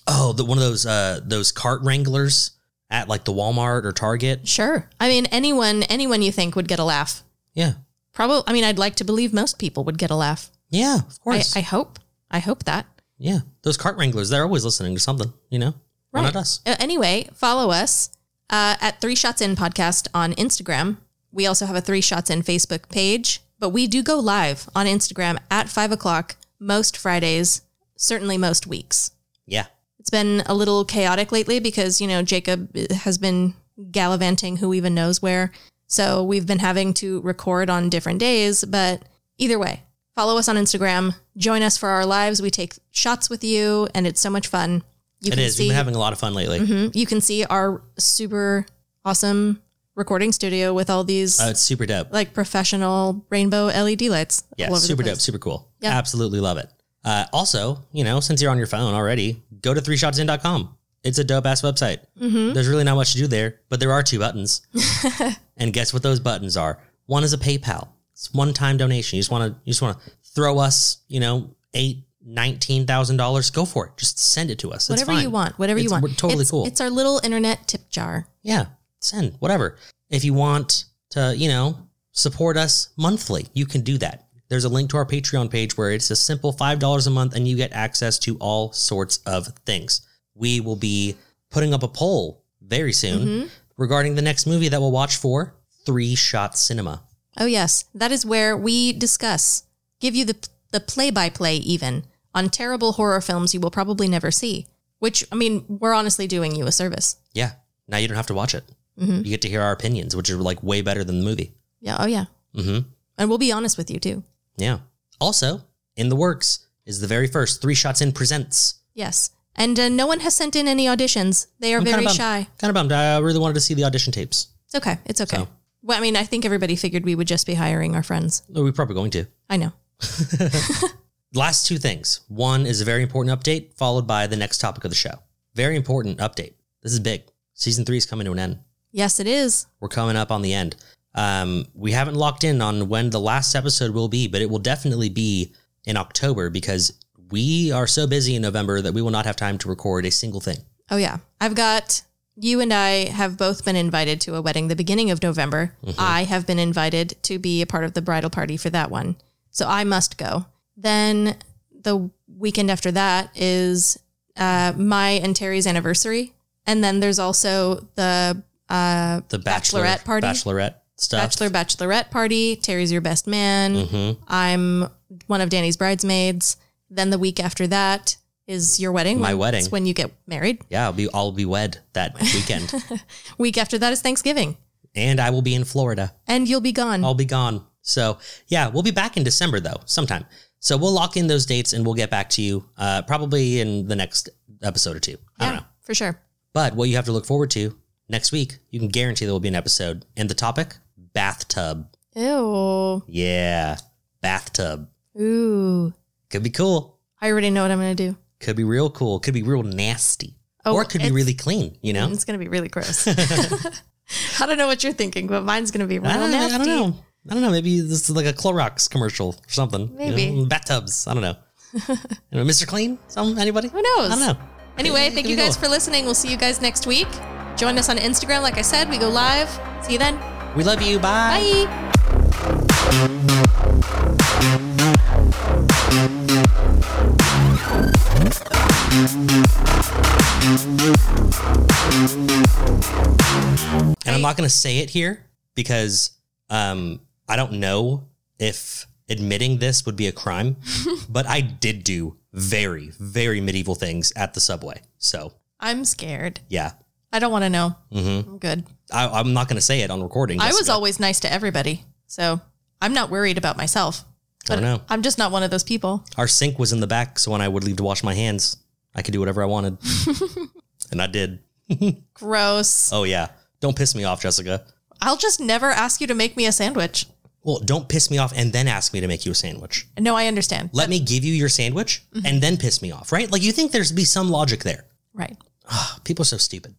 S2: oh, the, one of those uh, those cart wranglers at like the Walmart or Target.
S1: Sure. I mean, anyone, anyone you think would get a laugh.
S2: Yeah,
S1: Probably. I mean, I'd like to believe most people would get a laugh.
S2: yeah, of
S1: I,
S2: course.
S1: I hope. I hope that.
S2: yeah, those cart wranglers. They're always listening to something. You know, why not us?
S1: Uh, anyway, follow us uh, at Three Shots In Podcast on Instagram. We also have a Three Shots In Facebook page, but we do go live on Instagram at five o'clock most Fridays, certainly most weeks.
S2: Yeah,
S1: It's been a little chaotic lately because, you know, Jacob uh, has been gallivanting who even knows where. So we've been having to record on different days, but either way, follow us on Instagram, join us for our lives. We take shots with you and it's so much fun. You
S2: it is. We've been having a lot of fun lately.
S1: Mhm. You can see our super awesome recording studio with all these
S2: Uh, it's super dope.
S1: like professional rainbow LED lights. all
S2: Yeah,
S1: over the
S2: super
S1: place.
S2: dope, super cool.
S1: Yeah.
S2: Absolutely love it. Uh, also, you know, since you're on your phone already, go to 3shotsin.com. It's a dope ass website.
S1: Mm-hmm.
S2: There's really not much to do there, but there are two buttons. and guess what those buttons are? One is a PayPal. It's one time donation. You just want to you just want to throw us, you know, 8 $19,000, go for it. Just send it to us. It's
S1: whatever you
S2: fine.
S1: want, whatever you
S2: It's-
S1: want.
S2: We're totally
S1: It's-
S2: cool.
S1: It's our little internet tip jar.
S2: yeah, send whatever. If you want to, you know, support us monthly, you can do that. There's a link to our Patreon page where it's a simple $5 a month and you get access to all sorts of things. We will be putting up a poll very soon regarding the next movie that we'll watch for Three Shot Cinema.
S1: Oh yes, that is where we discuss, give you the the play by play even on terrible horror films you will probably never see. Which I mean, we're honestly doing you a service.
S2: Yeah. Now you don't have to watch it. You get to hear our opinions, which are like way better than the movie.
S1: Yeah. Oh yeah.
S2: hmm
S1: And we'll be honest with you too.
S2: Yeah. Also, in the works is the very first Three Shots In Presents.
S1: Yes. And uh, no one has sent in any auditions. They are
S2: I'm
S1: very
S2: kinda bummed.
S1: shy.
S2: Kind of bummed. I really wanted to see the audition tapes.
S1: It's okay. It's okay.
S2: So-
S1: Well, I mean, I think everybody figured we would just be hiring our friends.
S2: No, We're probably going to.
S1: I know.
S2: Last two things. One is a very important update, followed by the next topic of the show. Very important update. This is big. Season three is coming to an end.
S1: Yes, it is.
S2: We're coming up on the end. Um, we haven't locked in on when the last episode will be, but it will definitely be in October because we are so busy in November that we will not have time to record a single thing.
S1: Oh yeah. I've got you and I have both been invited to a wedding the beginning of November.
S2: Mm-hmm.
S1: I have been invited to be a part of the bridal party for that one. So I must go. Then the weekend after that is uh, my and Terry's anniversary. And then there's also the uh,
S2: The bachelor,
S1: Bachelorette party?
S2: bachelorette stuff,
S1: bachelor bachelorette party. Terry's your best man.
S2: Mhm.
S1: I'm one of Danny's bridesmaids. Then the week after that is your wedding.
S2: My
S1: when-
S2: wedding.
S1: It's when you get married.
S2: Yeah, I'll be I'll be wed that weekend,
S1: Week after that is Thanksgiving,
S2: and I will be in Florida.
S1: and you'll be gone.
S2: I'll be gone. So yeah, we'll be back in December though, sometime. So we'll lock in those dates and we'll get back to you uh, probably in the next episode or two. I don't know.
S1: for sure.
S2: But what you have to look forward to next week, you can guarantee there will be an episode. And the topic: bathtub.
S1: Ew.
S2: Yeah, bathtub
S1: Ooh.
S2: could be cool.
S1: I already know what I'm gonna do.
S2: Could be real cool. Could be real nasty.
S1: Oh,
S2: or it could be
S1: it's-
S2: really clean. You know.
S1: It's gonna be really gross. I don't know what you're thinking, but mine's gonna be real
S2: I don't, know,
S1: nasty.
S2: I don't know. I don't know. Maybe this is like a Clorox commercial or something. you
S1: Maybe.
S2: know, bathtubs. I don't know. You know, Mr. Clean? Some anybody?
S1: Who knows?
S2: I don't know.
S1: Anyway,
S2: Could
S1: thank
S2: be
S1: you guys
S2: cool.
S1: for listening. We'll see you guys next week. Join us on Instagram. Like I said, we go live. See you then.
S2: We love you. Bye.
S1: Bye.
S2: And I'm not going to say it here because um, I don't know if admitting this would be a crime, but I did do very, very medieval things at the subway. So
S1: I'm scared.
S2: yeah, Mm-hmm.
S1: I don't want to know. I'm good.
S2: I, I'm not going to say it on recording.
S1: I was
S2: Jessica.
S1: always nice to everybody, so I'm not worried about myself.
S2: I don't know.
S1: I'm just not one of those people.
S2: Our sink was in the back, so when I would leave to wash my hands, I could do whatever I wanted, and I did.
S1: Gross.
S2: Oh yeah. Don't piss me off, Jessica.
S1: I'll just never ask you to make me a sandwich.
S2: Well, don't piss me off and then ask me to make you a sandwich.
S1: No, I understand.
S2: Let me give you your sandwich and then piss me off, right? Like you think there's be some logic there.
S1: Right.
S2: People are so stupid.